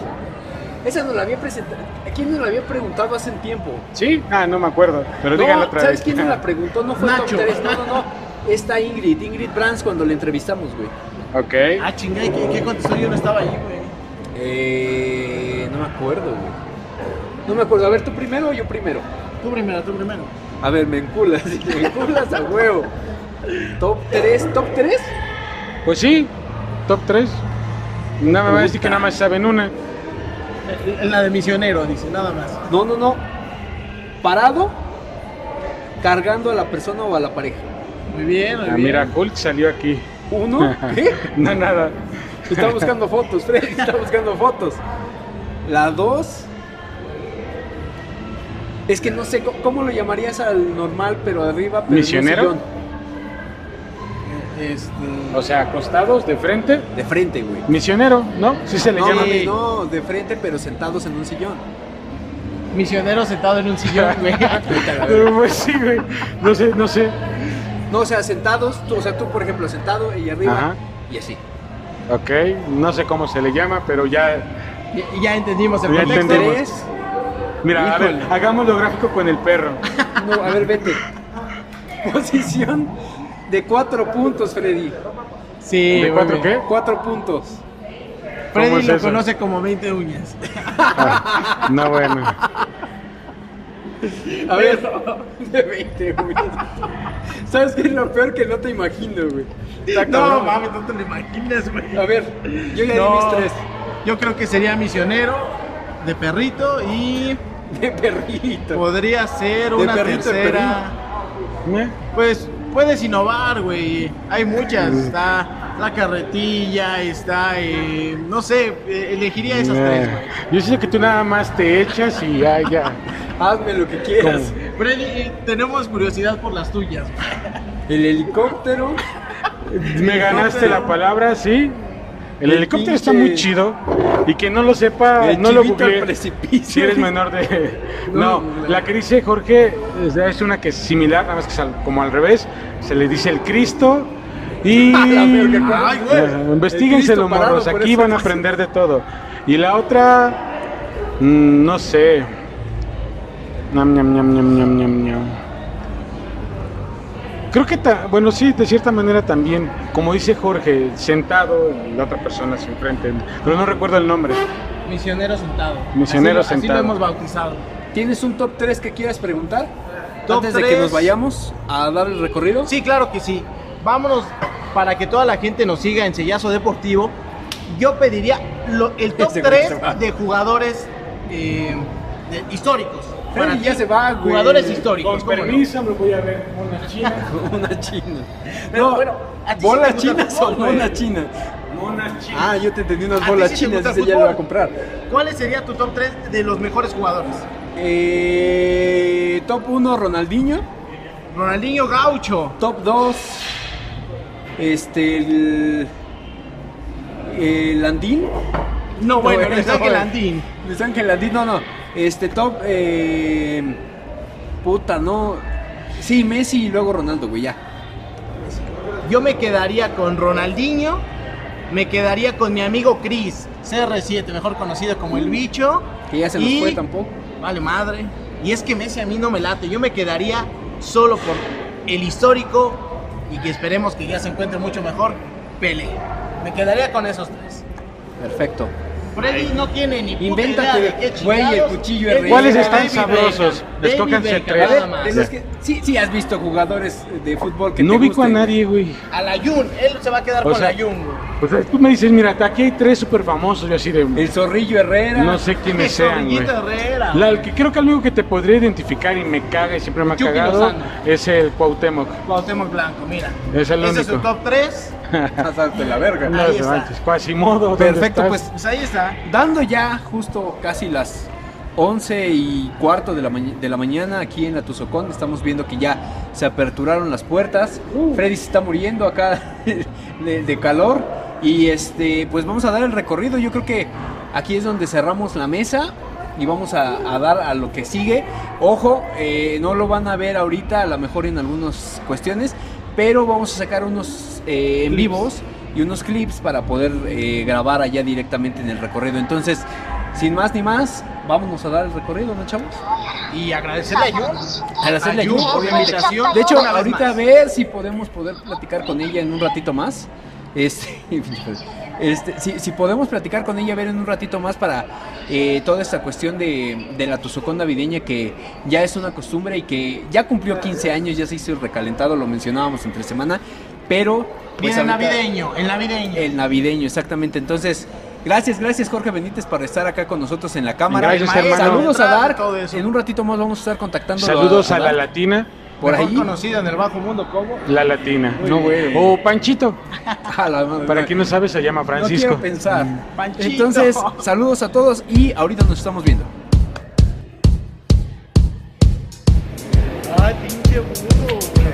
B: Esa nos la había presentado. ¿A quién nos la había preguntado hace un tiempo?
C: ¿Sí? Ah, no me acuerdo. Pero
B: No,
C: díganlo otra
B: ¿Sabes
C: vez.
B: quién nos la preguntó? No fue
A: Nacho.
B: Top 3, no, no, no. Está Ingrid, Ingrid Brands cuando la entrevistamos, güey.
C: ok.
A: Ah, chingada, ¿qué, qué contestó? Yo no estaba ahí, güey.
B: Eh, no me acuerdo, güey. No me acuerdo. A ver, tú primero o yo primero.
A: Tú primero, tú primero.
B: A ver, me enculas, me enculas a huevo. Top 3, top 3.
C: Pues sí, top 3. No me va a decir que nada más saben una.
A: Eh, La de misionero, dice, nada más.
B: No, no, no. Parado, cargando a la persona o a la pareja?
A: Muy bien, muy
C: Ah,
A: bien.
C: mira, Hulk salió aquí.
B: ¿Uno? ¿Qué?
C: No, nada.
B: Está buscando fotos, Freddy, está buscando fotos. La dos. Es que no sé co- cómo lo llamarías al normal, pero arriba. Pero en un
C: ¿Misionero?
B: sillón?
A: Este,
C: O sea, acostados de frente.
B: De frente, güey.
C: Misionero, ¿no? Sí se le
B: No,
C: llama.
B: mami, no, de frente, pero sentados en un sillón.
A: misionero sentado en un sillón, güey.
C: Pero, pues sí, güey. No sé, no sé.
B: No, o sea, sentados, tú- o sea, tú, por ejemplo, sentado y arriba.
C: Ajá.
B: Y así.
C: Ok, no sé cómo se le llama, pero ya.
A: Y- y ya entendimos el
C: Ya
A: contexto.
C: entendimos.
B: Tres.
C: Mira, a ver, hagámoslo gráfico con el perro.
B: No, a ver, vete. Posición de cuatro puntos, Freddy.
A: Sí,
C: ¿De
A: muy
C: cuatro
A: bien.
C: qué?
B: Cuatro puntos.
A: Freddy
C: es
A: lo
C: eso?
A: conoce como 20 uñas.
C: Ah, no, bueno.
B: A ver, de 20, güey. ¿Sabes qué es lo peor que no te imagino, güey? Está
A: No
B: cabrón.
A: mames, no te lo imaginas, güey.
B: A ver, yo ya di mis
A: No,
B: tres.
A: yo creo que sería misionero de perrito y
B: De perrito.
A: podría ser
B: De
A: una
B: perrito, de
A: tercera.
C: ¿Eh?
A: Pues puedes innovar, güey. Hay muchas. Está la carretilla, está. eh, no sé, eh, elegiría esas tres,
C: Eh, Yo sé que tú nada más te echas y ya, ya.
B: Hazme lo que quieras.
A: güey. Freddy, eh, tenemos curiosidad por las tuyas, güey.
B: El helicóptero.
C: Me ganaste la palabra, sí. El
B: El
C: helicóptero está
B: pinche-
C: muy chido y que no lo
A: Ah,
C: sepa,
B: El
C: no lo
B: chivito al
C: googleé.
B: precipicio.
C: Si eres menor de.
B: No,
C: No,
B: no.
C: la que dice Jorge es- es una que es similar, nada más que es al- como al revés. Se le dice el Cristo y.
B: La verga, ¿cómo?
C: Ay, güey. Eh, Investíguenselo,
B: El Cristo parado,
C: morros.
B: por
C: Aquí
B: eso
C: van a
B: casi.
C: aprender de todo. Y la otra. mm, No sé. Ñam, ñam, ñam, ñam, ñam, ñam, ñam. Creo que, ta- bueno, sí, de cierta manera también, como dice Jorge, sentado y la otra persona hacia enfrente, pero no recuerdo el nombre.
A: Misionero sentado.
C: Misionero
A: Así lo-
C: sentado.
A: Así lo hemos bautizado.
B: ¿Tienes un top 3 que quieras preguntar?
A: Top
B: Antes de que
A: tres.
B: nos vayamos a dar el recorrido.
A: Sí, claro que sí. Vámonos para que toda la gente nos siga en Sellazo Deportivo. Yo pediría lo- el top
B: Ese Este güey se va.
A: 3 de jugadores eh, de- históricos.
B: Freddy
A: Para
B: ya
A: ti,
B: se va, güey.
A: Jugadores históricos.
C: Con
A: ¿cómo no?
C: permiso, me voy a ver unas chinas.
B: Una china.
A: Pero
B: No,
A: bueno, a ti sí
B: ¿Bolas
A: te gusta el
B: chinas o
A: fútbol,
B: mona
A: güey.
B: china?
C: Unas chinas.
B: Ah, yo te entendí
A: ¿A
B: unas
A: ti
B: bolas
A: sí te
B: chinas,
A: gusta el
B: ese ya lo va a
A: fútbol?
B: comprar.
A: ¿Cuál sería tu top 3 de los mejores jugadores?
B: Eh, top 1 Ronaldinho,
A: Ronaldinho Gaucho.
B: top 2 este el, el Andín,
A: No, bueno,
B: bueno,
A: Luis
B: no,
A: Ángel
B: bueno.
A: Andín.
B: Luis Ángel Andín, no, no, este top eh, puta, no. Sí, Messi y luego Ronaldo, güey, ya.
A: Yo me quedaría con Ronaldinho. Me quedaría con mi amigo Chris, CR7, mejor conocido como El Bicho.
B: Que ya se nos
A: Y-
B: fue tampoco.
A: Vale madre. Y es que Messi a mí no me late. Yo me quedaría solo por el histórico y que esperemos que ya se encuentre mucho mejor. Pele. Me quedaría con esos tres.
B: Perfecto.
A: Freddy no tiene ni puta
B: Invéntate,
A: idea de qué
B: güey, el
A: chingados.
B: cuchillo
A: Él
B: herrero.
C: ¿Cuáles
A: dice
C: están
A: David
C: sabrosos?
A: Beckham,
C: Escójanse
A: David Beckham,
C: tres.
A: nada más.
B: Tenías que- sí, sí has visto jugadores de fútbol que
C: Ah, No
B: te
C: ubico a
B: gusten.
C: nadie, güey.
A: A la Jun, él se va a quedar
C: O
A: con
C: sea-
A: la Jun. güey.
C: O sea, tú me dices, mira, aquí hay tres súper famosos, yo así de.
B: El Zorrillo Herrera.
C: No sé quiénes
A: Eso,
C: sean, güey.
A: Villito Herrera.
C: La, el que creo que el único que te podría identificar y me caga y siempre me ha
A: Chucky
C: cagado
A: Lozano.
C: es el Cuauhtémoc.
A: Cuauhtémoc Blanco, mira.
C: Es el
A: Ese es su
C: único.
A: top 3.
B: Pasarte la verga.
C: No,
A: Ahí
C: no
A: está.
C: manches, Quasimodo, ¿dónde
B: Perfecto,
C: estás?
B: pues
A: Pues ahí está.
B: dando ya justo casi las 11 y cuarto de la, maña- de la mañana aquí en la Tuzocón, estamos viendo que ya se aperturaron las puertas. Freddy se está muriendo acá de, de calor. Y este, pues vamos a dar el recorrido. Yo creo que aquí es donde cerramos la mesa y vamos a, a dar a lo que sigue. Ojo, eh, no lo van a ver ahorita, a lo mejor en algunas cuestiones, pero vamos a sacar unos eh, en vivos y unos clips para poder eh, grabar allá directamente en el recorrido. Entonces, sin más ni más, vámonos a dar el recorrido, ¿no, chavos?
A: Y agradecerle a Jun.
B: Agradecerle a
A: Ayun
B: Yun,
A: por la
B: obviamente.
A: invitación.
B: De hecho,
A: Una vez
B: ahorita a
A: más.
B: ver si podemos poder platicar con ella en un ratito más. Este, este, si, si podemos platicar con ella, a ver en un ratito más para eh, toda esta cuestión de, de la Tuzocón navideña que ya es una costumbre y que ya cumplió 15 años, ya se hizo el recalentado, lo mencionábamos entre semana, pero... pues,
A: Viene el
B: ahorita-
A: navideño, el navideño.
B: El navideño, exactamente. Entonces, gracias, gracias Jorge Benítez por estar acá con nosotros en la cámara.
C: Gracias,
A: El maestro,
C: hermano.
B: Saludos a
A: Entrada,
B: Dark.
A: todo eso.
B: En un ratito más vamos a estar contactando.
C: Saludos a la latina.
B: Por
A: mejor
B: ahí.
A: conocida en el bajo mundo como
C: La latina.
B: No, güey.
C: O Panchito.
B: A la madre.
C: Oh. Para quien no sabe, se llama
B: No
C: Francisco. Mm.
B: quiero pensar.
A: Panchito.
B: Entonces, saludos a todos y ahorita nos estamos viendo.
G: Ay, pinche burro, güey.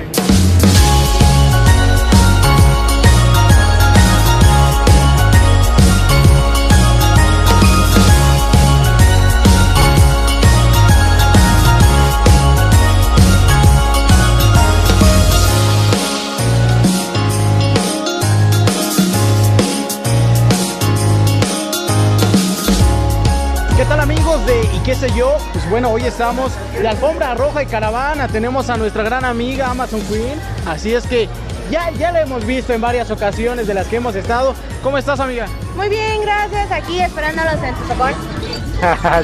A: ¿Qué tal amigos de y qué sé yo? Pues bueno, hoy estamos la alfombra roja y caravana. Tenemos a nuestra gran amiga Amazon Queen. Así es que ya, ya la hemos visto en varias ocasiones de las que hemos estado. ¿Cómo estás amiga?
H: Muy bien, gracias. Aquí esperándolos en Tuzocón.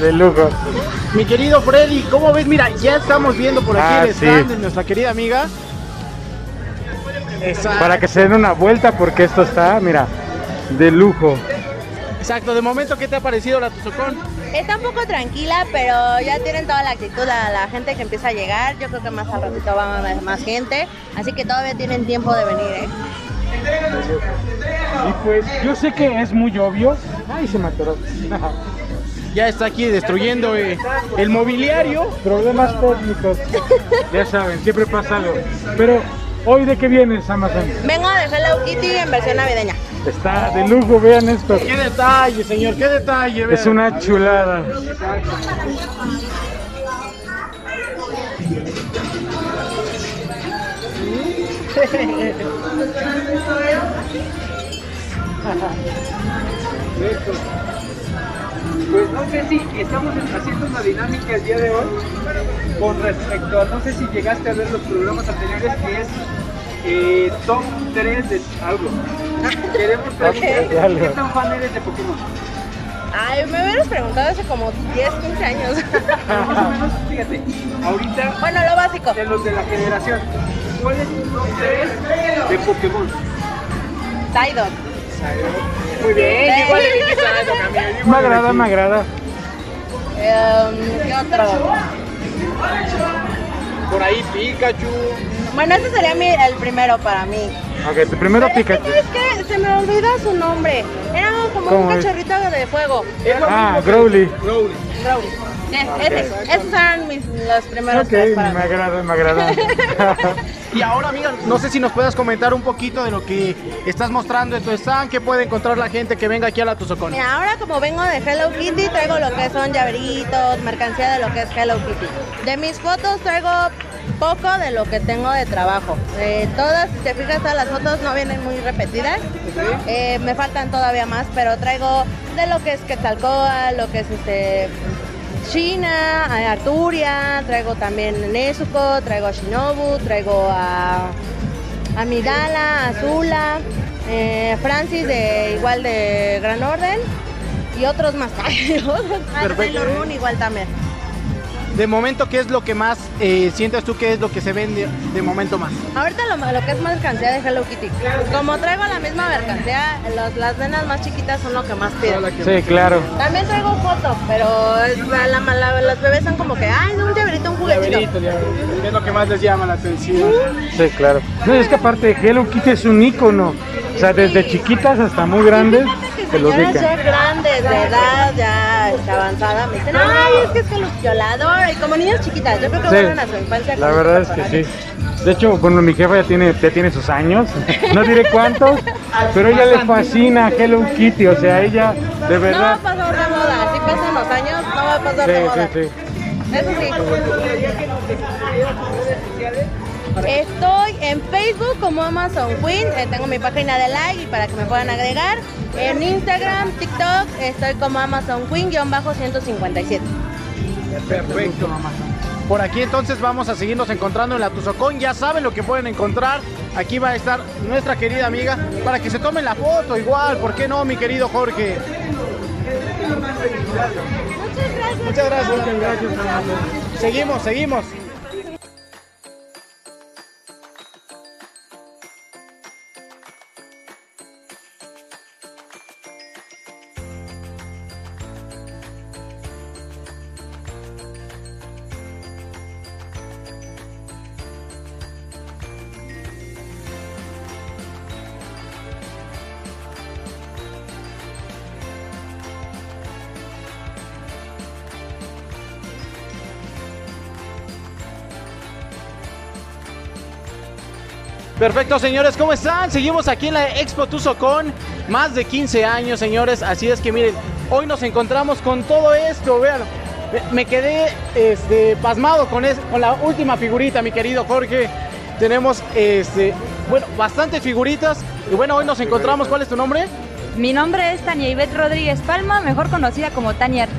C: de lujo.
A: Mi querido Freddy, ¿cómo ves? Mira, ya estamos viendo por aquí
C: Ah,
A: el stand
C: sí.
A: de nuestra querida amiga. Exacto,
C: Para que se den una vuelta porque esto está, mira, de lujo.
A: exacto. De momento, ¿qué te ha parecido la Tuzocón?
H: Está un poco tranquila, pero ya tienen toda la actitud a la gente que empieza a llegar. Yo creo que más al ratito va a haber más gente. Así que todavía tienen tiempo de venir, ¿eh?
C: Y pues yo sé que es muy obvio. Ay, se me atoró.
A: Ya está aquí destruyendo eh, el mobiliario.
C: Problemas técnicos. Ya saben, siempre pasa algo. Pero, ¿hoy de qué vienes, Amazon?
H: Vengo de Hello Kitty en versión navideña.
C: Está de lujo, vean esto.
A: ¡Qué detalle, señor! ¡Qué detalle!
C: Es
A: vean.
C: una chulada.
I: Pues no sé si estamos haciendo una dinámica el día de hoy con respecto a, no sé si llegaste a ver los programas anteriores, que es eh, top 3 de algo. Queremos preguntarte
C: de algo.
I: qué tan fan eres de Pokémon.
H: Ay, me hubieras preguntado hace como 10, 15 años.
I: Pero Ah, más o menos, fíjate, ahorita
H: bueno, lo básico.
I: de los de la generación, ¿cuál es tu top 3 de Pokémon?
H: Tidon.
I: Muy bien,
H: Sí.
I: igual le dije algo, Camila,
C: Me
I: igual le
C: agrada,
I: dije.
C: me agrada.
H: Em, ¿Qué otro?
I: Por ahí Pikachu.
H: Bueno, ese sería mi- el primero para mí.
C: Ok, tu primero
H: Pero
C: Pikachu.
H: Es que, ¿sabes qué? se me olvida su nombre. Era como un
C: ¿Cómo es?
H: cachorrito de fuego.
I: Es lo
C: Ah,
I: mismo que-
C: Growly.
I: Growly.
H: Brownie. Eh, ese. Esos eran mis, los primeros
C: Ok,
H: tres
C: me
H: para mí.
C: agrada, me agrada.
A: Y ahora, amiga, no sé si nos puedas comentar un poquito de lo que estás mostrando en tu stand, qué puede encontrar la gente que venga aquí a la Tuzocón.
H: Mira, ahora como vengo de Hello Kitty, traigo lo que son llaveritos, mercancía de lo que es Hello Kitty. De mis fotos traigo poco de lo que tengo de trabajo. Eh, todas, si te fijas, todas las fotos no vienen muy repetidas. Eh, me faltan todavía más, pero traigo de lo que es Quetzalcóatl, lo que es este China, eh, Arturia, traigo también Nezuko, traigo a Shinobu, traigo a a Midala, a Zula, eh, Francis de igual de Gran Orden y otros más. otros más,
A: Perfecto.
H: Sailor Moon igual también.
A: De momento, ¿qué es lo que más eh, sientes tú que es lo que se vende de momento más?
H: Ahorita lo, lo que es mercancía de Hello Kitty. Como traigo la misma mercancía, los- las nenas más chiquitas son lo que más piden.
C: Sí, claro.
H: También traigo fotos, pero es- la, la- la- los bebés son como que, ay, no, un llaverito, un juguetito.
A: ¿Qué es lo que más les llama la atención?
C: Sí, claro. No, es que aparte Hello Kitty es un ícono. O sea, desde chiquitas hasta muy grandes
H: Fíjate que
C: se los
H: señoras
C: dedican.
H: ya grandes de edad, ya este, avanzada, me dicen, ay, es que es que los violador, y como niñas chiquitas, yo creo que
C: Sí,
H: vuelven a su infancia. con
C: La
H: este
C: verdad es que
H: personaje.
C: sí. De hecho, bueno, mi jefa ya tiene, ya tiene sus años, no diré cuántos, pero ella le fascina Hello Kitty, o sea, ella de
H: No va a
C: verdad...
H: pasar de moda, si pasan los años, no va a pasar
C: Sí,
H: de moda.
C: sí, sí.
H: Eso sí. Estoy en Facebook como Amazon Queen, eh, tengo mi página de like y para que me puedan agregar. En Instagram, TikTok, estoy como Amazon Queen-157.
A: Perfecto, mamá. Por aquí entonces vamos a seguirnos encontrando en la Tuzocón. Ya saben lo que pueden encontrar. Aquí va a estar nuestra querida amiga para que se tomen la foto igual. ¿Por qué no, mi querido Jorge?
H: Muchas gracias.
A: Muchas gracias. Seguimos, seguimos. Perfecto, señores, ¿cómo están? Seguimos aquí en la Expo Tuzocon, más de 15 años, señores, así es que miren, hoy nos encontramos con todo esto, vean, me- me quedé este, pasmado con, es- con la última figurita, mi querido Jorge, tenemos, este, bueno, bastantes figuritas, y bueno, hoy nos encontramos, ¿cuál es tu nombre?
H: Mi nombre es Tania Ivette Rodríguez Palma, mejor conocida como Tania. Art.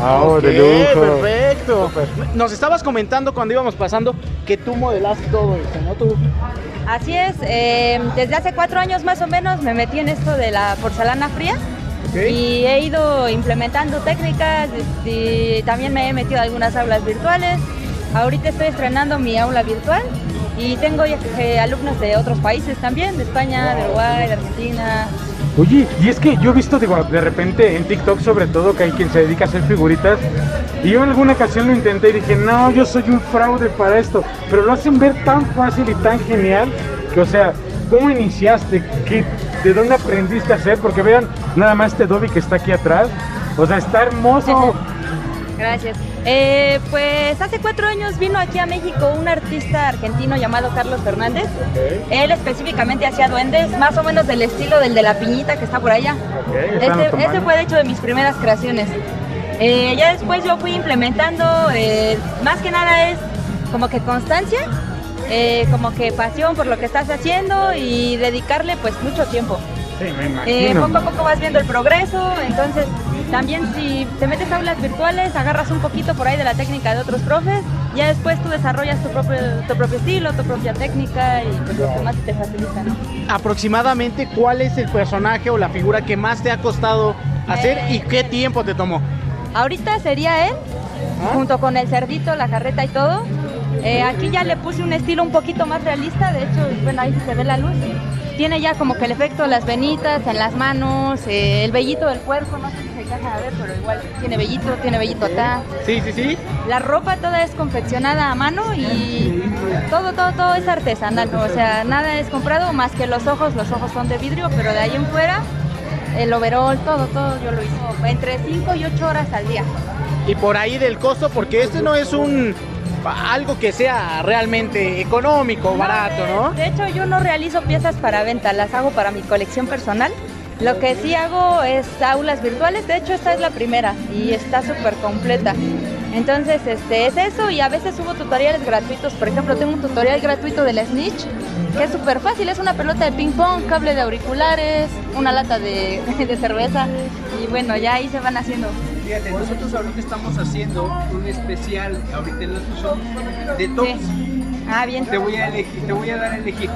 J: Ah,
C: oh,
A: Ok,
J: de lujo.
A: perfecto. Nos estabas comentando cuando íbamos pasando que tú modelaste todo esto, ¿no? Tú,
H: Así es, eh, desde hace cuatro años más o menos me metí en esto de la porcelana fría y he ido implementando técnicas este, también me he metido a algunas aulas virtuales. Ahorita estoy estrenando mi aula virtual y tengo eh, alumnos de otros países también, de España, de Uruguay, de Argentina.
C: Oye, y es que yo he visto digo, de repente en TikTok sobre todo que hay quien se dedica a hacer figuritas. Y yo en alguna ocasión lo intenté y dije, no, yo soy un fraude para esto. Pero lo hacen ver tan fácil y tan genial que, o sea, ¿cómo iniciaste? ¿Qué, ¿De dónde aprendiste a hacer? Porque vean nada más este Dobby que está aquí atrás. O sea, está hermoso.
H: Gracias. Eh, pues hace cuatro años vino aquí a México un artista argentino llamado Carlos Fernández. Él específicamente hacía duendes, más o menos del estilo del de la piñita que está por allá.
C: están
H: Este,
C: los
H: este fue de hecho de mis primeras creaciones. Eh, ya después yo fui implementando, eh, más que nada es como que constancia, eh, como que pasión por lo que estás haciendo y dedicarle pues mucho tiempo.
C: Sí, me
H: Eh,
C: imagino.
H: poco a poco vas viendo el progreso, entonces también si te metes a aulas virtuales, agarras un poquito por ahí de la técnica de otros profes, ya después tú desarrollas tu propio, tu propio estilo, tu propia técnica y pues lo que más te facilita. ¿no?
A: aproximadamente, ¿cuál es el personaje o la figura que más te ha costado hacer y qué tiempo te tomó?
H: Ahorita sería él,
A: ¿Ah?
H: junto con el cerdito, la carreta y todo. Eh, aquí ya le puse un estilo un poquito más realista, de hecho, bueno, ahí sí se ve la luz. Tiene ya como que el efecto de las venitas en las manos, eh, el vellito del cuerpo, no sé si se alcanza a ver, pero igual tiene vellito, tiene vellito acá.
A: Sí, sí, sí.
H: La ropa toda es confeccionada a mano y todo, todo, todo es artesanal. O sea, nada es comprado más que los ojos. Los ojos son de vidrio, pero de ahí en fuera, el overall, todo, todo yo lo hice. Entre 5 y 8 horas al día.
A: Y por ahí del costo, porque este no es un algo que sea realmente económico, barato, ¿no?
H: De hecho, yo no realizo piezas para venta, las hago para mi colección personal. Lo que sí hago es aulas virtuales, de hecho esta es la primera y está súper completa. Entonces, este es eso y a veces subo tutoriales gratuitos. Por ejemplo, tengo un tutorial gratuito del Snitch, que es súper fácil, es una pelota de ping pong, cable de auriculares, una lata de, de cerveza y bueno, ya ahí se van haciendo.
B: Fíjate, nosotros ahorita estamos haciendo un especial, ahorita en la Tucson, de tops.
H: Sí. Ah, bien.
B: Te voy a elegir, te voy a dar a elegir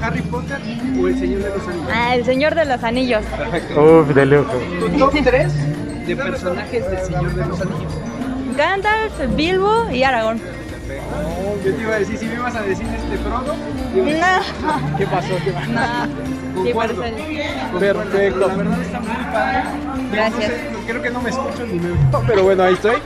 B: Harry Potter o El Señor de los Anillos.
H: Ah, el Señor de los Anillos.
B: Perfecto.
J: Uf, de lujo.
B: Tu top 3 de personajes del Señor de los Anillos.
H: Gandalf, Bilbo y Aragorn.
B: Yo te iba a decir, si me ibas a decir este Frodo, digo,
H: No.
A: ¿Qué pasó? ¿Qué pasó?
H: No, sí, por
B: Concuerdo.
H: eso el-
B: Perfecto. La verdad está muy padre.
H: Gracias.
B: No sé, creo que no me escucho ni me veo, pero bueno, ahí estoy.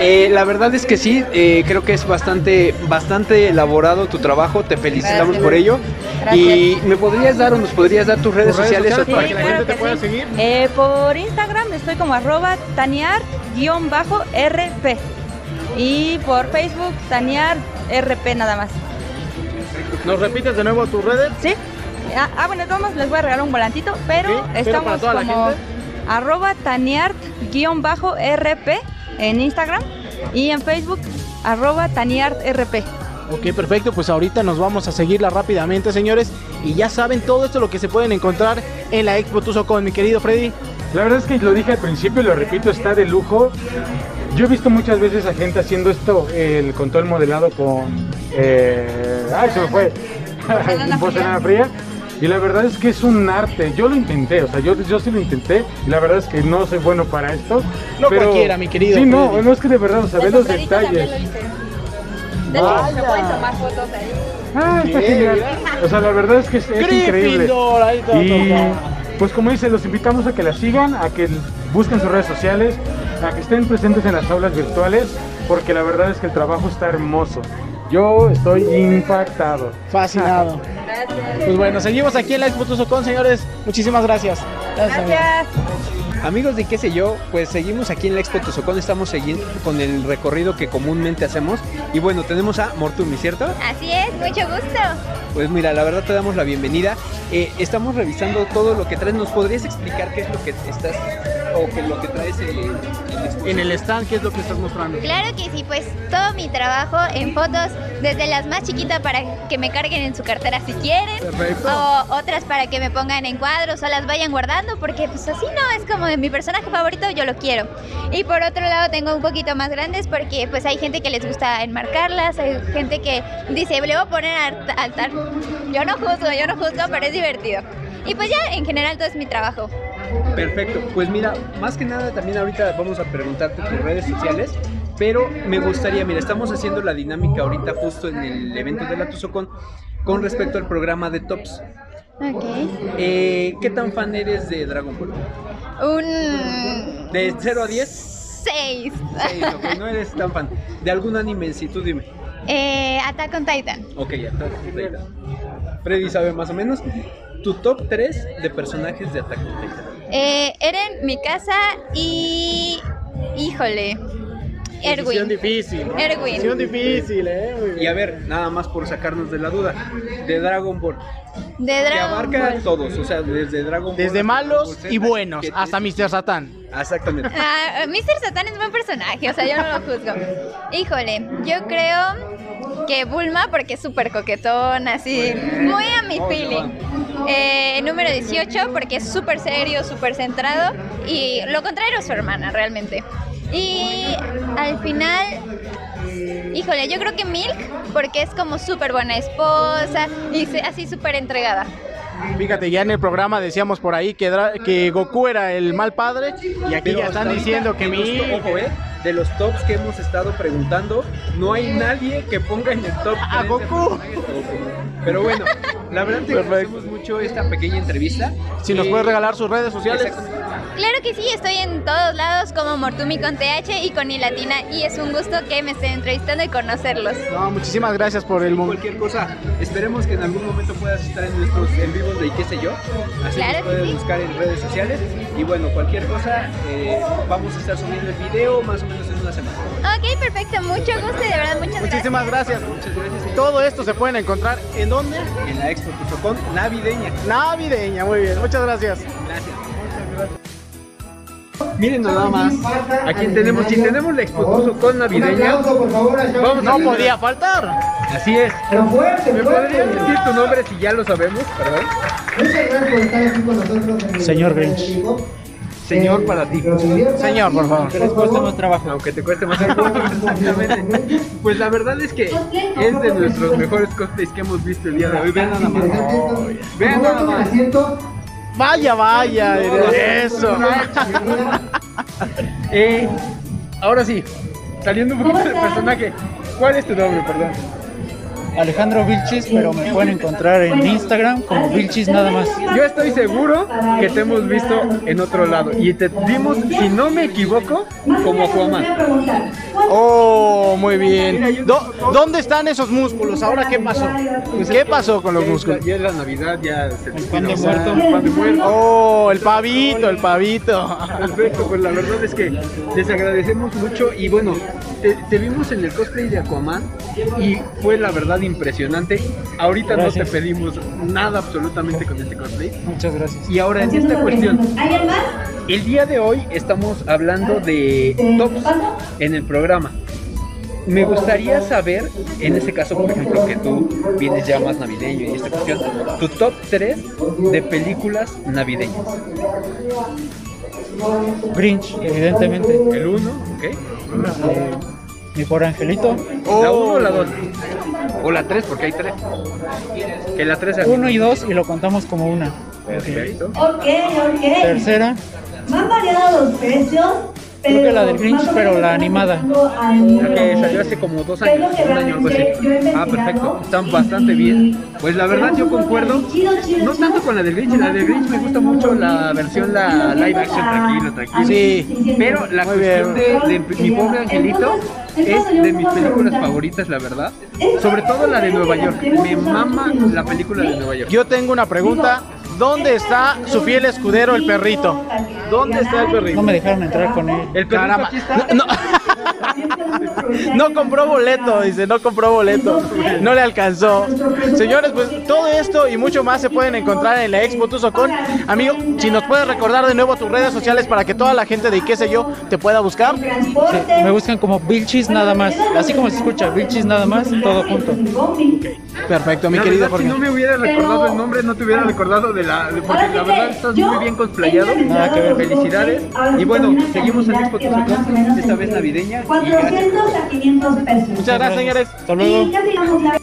B: Eh, la verdad es que sí, eh, creo que es bastante, bastante elaborado tu trabajo. Te felicitamos
H: Gracias.
B: por ello.
H: Gracias.
B: Y me podrías dar o nos podrías dar tus redes, sociales,
A: Pues
H: Sí,
B: para que la
H: claro
B: gente
H: que sí. Eh, por Instagram estoy como arroba taniar-rp y por Facebook taniar-rp nada más.
A: ¿Nos repites de nuevo tus redes?
H: ¿Sí? Ah, ah, bueno, vamos, les voy a regalar un volantito, pero
A: Ok, pero para
H: estamos
A: toda la
H: como
A: gente.
H: arroba taniar-rp en Instagram y en Facebook arroba taniar-rp.
A: Ok, perfecto, pues ahorita nos vamos a seguirla rápidamente, señores. Y ya saben todo esto lo que se pueden encontrar en la Expo Tuzo con mi querido Freddy.
C: La verdad es que lo dije al principio y lo repito, está de lujo. Yo he visto muchas veces a gente haciendo esto, el, con todo el modelado con... Eh, ay, se me fue.
H: Porcelana
C: Porcelana fría. Y la verdad es que es un arte. Yo lo intenté, o sea, yo, yo sí lo intenté. Y la verdad es que no soy bueno para esto.
A: No cualquiera, mi querido
C: Sí, no,
A: Freddy.
C: no es que de verdad, o sea, ve los
H: sombrerito también
C: detalles.
H: lo hice. De hecho,
A: Vaya.
H: me pueden tomar fotos ahí.
C: Ah, está genial. O sea, la verdad es que es, es increíble.
A: Gryffindor, ahí está,
C: Y
A: papá.
C: pues como dice, los invitamos a que la sigan, a que busquen sus redes sociales, a que estén presentes en las aulas virtuales, porque la verdad es que el trabajo está hermoso. Yo estoy impactado.
A: Fascinado.
H: Gracias.
A: Pues bueno, seguimos aquí en la Expo Tuzo con, señores. Muchísimas gracias.
H: Gracias.
B: Amigos de qué sé yo, pues seguimos aquí en la Expo Tuzocón, estamos siguiendo con el recorrido que comúnmente hacemos. Y bueno, tenemos a Mortumi, ¿cierto?
K: Así es, mucho gusto.
B: Pues mira, la verdad te damos la bienvenida. Eh, estamos revisando todo lo que traes. ¿Nos podrías explicar qué es lo que estás o qué es lo que traes eh? en, en la expo?
A: En el stand, ¿qué es lo que estás mostrando?
K: Claro que sí, pues todo mi trabajo en fotos, desde las más chiquitas para que me carguen en su cartera si quieren, o otras para que me pongan en cuadros o las vayan guardando, porque pues así no, es como de mi personaje favorito, yo lo quiero. Y por otro lado tengo un poquito más grandes porque pues hay gente que les gusta enmarcarlas, hay gente que dice, le voy a poner al- al tal. Yo no juzgo, yo no juzgo, pero es divertido. Y pues ya, en general todo es mi trabajo.
B: Perfecto. Pues mira, más que nada también ahorita vamos a preguntarte tus redes sociales. Pero me gustaría, mira, estamos haciendo la dinámica ahorita justo en el evento de la Tuzocón con respecto al programa de Tops.
K: Ok.
B: Eh, ¿Qué tan fan eres de Dragon Ball?
K: Un...
B: ¿De 0 a 10?
K: 6.
B: Sí, ok, no eres tan fan. ¿De algún anime en sí? Tú dime.
K: Eh, Attack on Titan.
B: Ok, ya está. ahí está. Freddy sabe más o menos. Tu top 3 de personajes de Attack on Titan.
K: Eh, Eren, mi casa y... Híjole.
A: Decisión
K: Erwin.
A: difícil. ¿no?
K: Erwin.
A: Decisión difícil, eh. Muy
B: Y
A: bien.
B: a ver, nada más por sacarnos de la duda. De Dragon Ball.
K: De
B: Que
K: Dragon
B: abarca
K: Ball.
B: todos, o sea, desde Dragon Ball.
A: Desde
B: hasta
A: malos
B: Dragon Ball
A: y
B: Z,
A: buenos,
B: que-
A: hasta Mr. Satán.
B: Exactamente.
K: Ah, Mr. Satan es buen personaje, o sea, yo no lo juzgo. Híjole, yo creo que Bulma, porque es súper coquetón, así, muy a mi feeling. Eh, número 18, porque es súper serio, súper centrado. Y lo contrario es su hermana, realmente. Y al final, híjole, yo creo que Milk, porque es como súper buena esposa y se- así súper entregada.
A: Fíjate, ya en el programa decíamos por ahí que, Dra- que Goku era el mal padre y aquí
B: Pero
A: ya
B: hasta
A: están
B: ahorita,
A: diciendo que
B: de los
A: mi...
B: to- ojo, eh, De los tops que hemos estado preguntando, no hay nadie que ponga en el top
A: A
B: 3 de
A: Goku.
B: personajes de Goku. Pero bueno, la verdad te agradecemos mucho esta pequeña entrevista.
A: Si nos
B: Eh,
A: puedes regalar sus redes sociales.
B: exacto.
K: Claro que sí, estoy en todos lados como Mortumi con TH y con Ilatina y es un gusto que me estén entrevistando y conocerlos.
A: No, muchísimas gracias por el momento.
B: cualquier cosa. Esperemos que en algún momento puedas estar en nuestros en vivos de qué sé yo. Así
K: Claro
B: nos
K: que
B: puedes
K: sí.
B: buscar en redes sociales. Y bueno, cualquier cosa, eh, vamos a estar subiendo el video más o menos en una semana.
K: Ok, perfecto, mucho gusto y de verdad muchas gracias.
A: Muchísimas gracias.
B: Muchas gracias.
A: Todo esto se pueden encontrar en donde?
B: En la Expo Tuzocón navideña.
A: Navideña, muy bien. Muchas gracias.
B: Gracias. Miren nada más a quién tenemos. Si tenemos la Expo Tuzocón navideña, vamos
A: No
B: a
A: podía faltar.
B: Así es. ¿Me podrías decir tu nombre si ya lo sabemos? Perdón.
A: Señor Grinch.
B: Señor para ti.
A: Señor, por favor.
B: les cueste más trabajo. Aunque te cueste más trabajo. Exactamente. Pues la verdad es que es de nuestros mejores cosplays que hemos visto el día de hoy. Vean nada más. Vean nada más.
A: Vaya, vaya. Eso.
B: Eh, ahora sí, saliendo un poquito del personaje. ¿Cuál es tu nombre, perdón?
C: Alejandro Vilchis, pero me pueden encontrar en Instagram como Vilchis nada más. Ah,
B: Yo estoy seguro que te hemos visto en otro lado. Y te vimos, si no me equivoco, como Aquaman.
A: Oh, muy bien. Do- ¿Dónde están esos músculos? Ahora, ¿qué pasó?
B: Pues
A: ¿Qué pasó con los músculos?
B: Ya es la Navidad, ya se el
C: pan de muerto.
B: pan de muerto.
A: Oh, el pavito, el pavito.
B: Perfecto, pues la verdad es que les agradecemos mucho y bueno, te, te vimos en el cosplay de Aquaman y fue la verdad impresionante. Ahorita
C: Gracias.
B: no te pedimos nada absolutamente con este cosplay.
C: Muchas gracias.
B: Y ahora en esta cuestión, el día de hoy estamos hablando de tops en el programa. Me gustaría saber, en este caso, por ejemplo, que tú vienes ya más navideño y esta cuestión, tu top 3 de películas navideñas.
C: Grinch, evidentemente.
B: El 1, ¿ok?
C: Eh, Mi por angelito.
B: ¿La 1 o la 2? O la 3, porque hay 3. Que la 3 es
C: Uno y dos y lo contamos como una.
B: Perfecto.
I: Ok, ok.
C: Tercera,
I: Me han variado los precios. Pero
C: Creo que la del Grinch,
I: más o
C: pero
I: menos
C: la
I: estamos
C: animada.
I: buscando al-
B: La que salió hace como dos
I: ¿Qué es lo
B: años,
I: que
B: un año algo así.
I: realmente yo he
B: Ah,
I: investigado?
B: perfecto. Están bastante bien. Pues la verdad yo concuerdo.
I: Chido, chido,
B: No tanto
I: chido.
B: con la del Grinch. La del Grinch me gusta mucho la versión, la live action, tranquilo, tranquilo.
A: Sí.
B: Pero la
A: Muy
B: cuestión de,
I: bien.
B: de Mi Pobre Angelito es de mis películas favoritas, la verdad. Sobre todo la de Nueva York. Me mama la película de Nueva York.
A: Yo tengo una pregunta. ¿Dónde está su fiel escudero, el perrito? ¿Dónde está el perrito?
I: No me dejaron entrar con él.
A: El perrito aquí está. No, no. No compró boleto, dice, no compró boleto. No le alcanzó. Señores, pues todo esto y mucho más se pueden encontrar en la Expo Tuzocón. Amigo, si nos puedes recordar de nuevo tus redes sociales para que toda la gente de qué sé yo te pueda buscar.
I: Sí, me buscan como Vilchis nada más. Así como se escucha, Vilchis nada más, todo junto.
A: Perfecto, mi
D: La
A: querido
D: verdad, si
A: Jorge.
D: no me hubiera recordado el nombre, no te hubiera recordado de la. de- porque la verdad estás muy bien cosplayado.
I: Nada que ver.
D: Felicidades. Y bueno, seguimos en Expo Tuzocón, esta vez navideña. Y gracias.
L: 400 a 500 pesos.
A: Muchas gracias, señores.
I: Hasta luego.
L: Y ya digamos la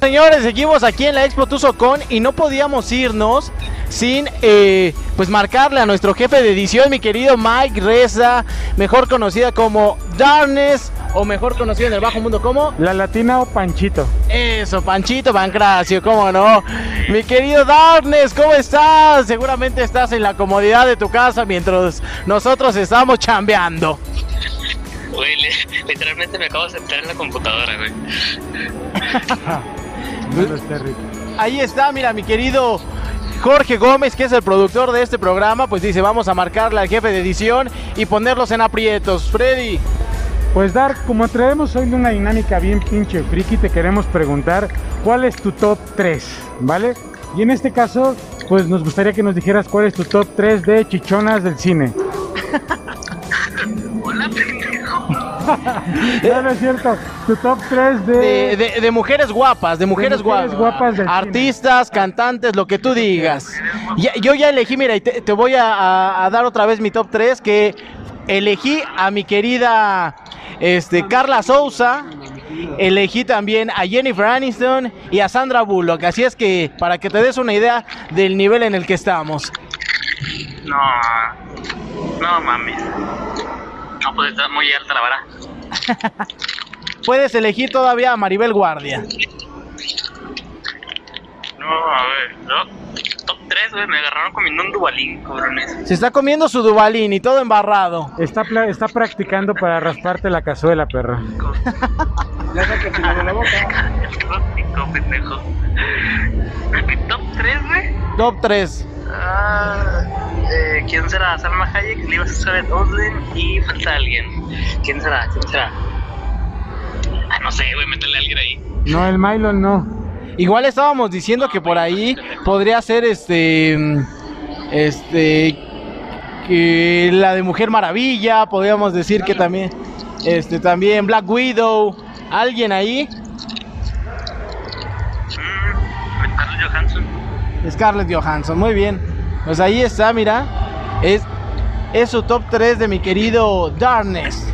A: Señores, seguimos aquí en la Expo Tuzocón y no podíamos irnos sin eh, pues marcarle a nuestro jefe de edición, mi querido Mike Reza, mejor conocida como Darnes o mejor conocida en el bajo mundo como
C: La latina o Panchito.
A: eso, Panchito Pancracio, cómo no. Mi querido Darnes, ¿cómo estás? Seguramente estás en la comodidad de tu casa mientras nosotros estamos chambeando.
M: Güey, li- literalmente me acabo de sentar en la computadora, güey.
A: Ahí está, mira, mi querido Jorge Gómez, que es el productor de este programa, pues dice, vamos a marcarle al jefe de edición y ponerlos en aprietos. Freddy.
C: Pues Dark, como traemos hoy una dinámica bien pinche friki, te queremos preguntar cuál es tu top 3, ¿vale? Y en este caso, pues nos gustaría que nos dijeras cuál es tu top 3 de chichonas del cine. no, no es cierto. Tu top 3 de...
A: De, de- de mujeres guapas, de mujeres,
C: mujeres guapas del cine.
A: Artistas, cantantes, lo que tú digas. Ya- yo ya elegí, mira, y te, te voy a, a- a dar otra vez mi top 3, que elegí a mi querida este, Carla Souza, elegí también a Jennifer Aniston y a Sandra Bullock. Así es que, para que te des una idea del nivel en el que estamos.
M: No, no mames. No, pues está muy alta la vara.
A: Puedes elegir todavía a Maribel Guardia.
M: No, a ver, no. Top 3, güey, me agarraron comiendo un dubalín, cabrones.
A: Se está comiendo su Dubalín y todo embarrado.
C: Está, pla- está practicando para rasparte la cazuela, perro.
M: Ya sáquese de la boca. Tóxico, pendejo. Mi top 3, güey.
A: Top 3.
M: Ah, eh, ¿Quién será? Salma Hayek, Liva Elizabeth Olsen y falta alguien. ¿Quién será? ¿Quién será? Ah, no sé, güey, métele a alguien ahí.
C: No, el Milo no.
A: Igual estábamos diciendo que por ahí podría ser este. mm, Este. Que la de Mujer Maravilla, podríamos decir que también. Este, también Black Widow. ¿Alguien ahí?
M: Carlos Johansson.
A: Scarlett Johansson, muy bien. Pues ahí está, mira. Es, es su top 3 de mi querido Darkness.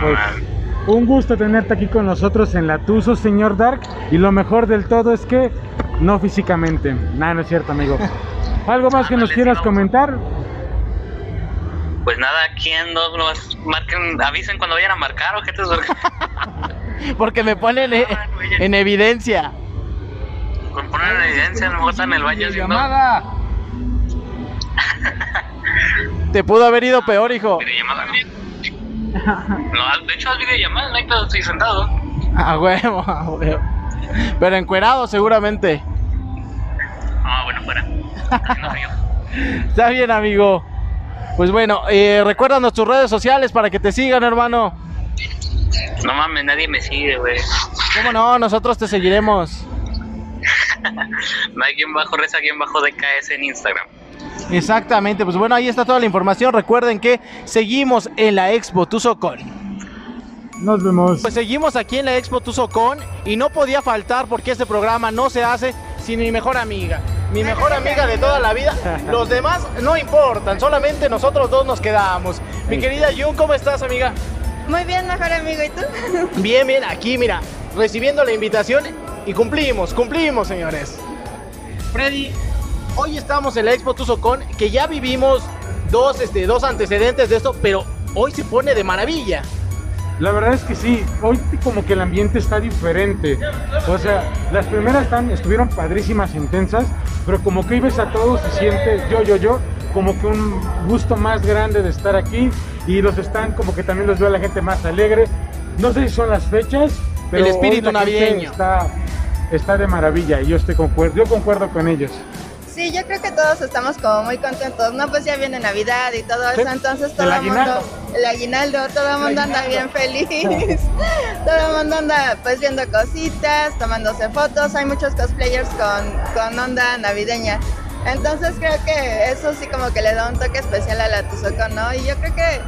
C: Pues, un gusto tenerte aquí con nosotros en la Tuso, señor Dark. Y lo mejor del todo es que no físicamente. Nada, no es cierto, amigo. ¿Algo más que nos quieras comentar?
M: Pues nada, ¿quién no nos marquen, avisen cuando vayan a marcar o qué te
A: Porque me ponen eh, en evidencia.
M: Con poner en evidencia, a lo mejor están en el baño haciendo.
A: Te pudo haber ido peor, hijo.
M: Videollamada, ¿no? No, de hecho, es videollamada, no hay pedo, estoy sentado.
A: A Ah, huevo, a huevo. Pero encuerado, seguramente.
M: Ah, bueno, fuera. Haciendo frío.
A: Está bien, amigo. Pues bueno, eh, recuérdanos tus redes sociales para que te sigan, hermano.
M: No mames, nadie me sigue, güey.
A: ¿Cómo no? Nosotros te seguiremos.
M: No hay quien bajo reza, quien bajo DKS en Instagram.
A: Exactamente, pues bueno, ahí está toda la información. Recuerden que seguimos en la Expo Tuzocón.
C: Nos vemos.
A: Pues seguimos aquí en la Expo Tuzocón y no podía faltar porque este programa no se hace sin mi mejor amiga. Mi mejor amiga de toda la vida. Los demás no importan, solamente nosotros dos nos quedamos. Mi querida Jun, ¿cómo estás, amiga?
K: Muy bien, mejor amigo, ¿y tú?
A: Bien, bien, aquí, mira, recibiendo la invitación y cumplimos, cumplimos, señores. Freddy, hoy estamos en la Expo Tuzocón, que ya vivimos dos, este, dos antecedentes de esto, pero hoy se pone de maravilla.
C: La verdad es que sí, hoy como que el ambiente está diferente. O sea, las primeras están, estuvieron padrísimas, intensas, pero como que ibes a todos y sientes yo, yo, yo, como que un gusto más grande de estar aquí. Y los están como que también los veo a la gente más alegre. No sé si son las fechas, pero
A: El
C: hoy
A: espíritu
C: la gente
A: navideño.
C: está, está de maravilla y yo estoy concuerdo, yo concuerdo con ellos.
K: Sí, yo creo que todos estamos como muy contentos, ¿no? Pues ya viene Navidad y todo
C: Sí,
K: eso, entonces
C: el
K: todo el mundo,
C: aguinaldo.
K: el aguinaldo, todo el mundo anda bien feliz, todo el mundo anda pues viendo cositas, tomándose fotos, hay muchos cosplayers con, con onda navideña. Entonces creo que eso sí como que le da un toque especial a la Tuzocón, ¿no? Y yo creo que,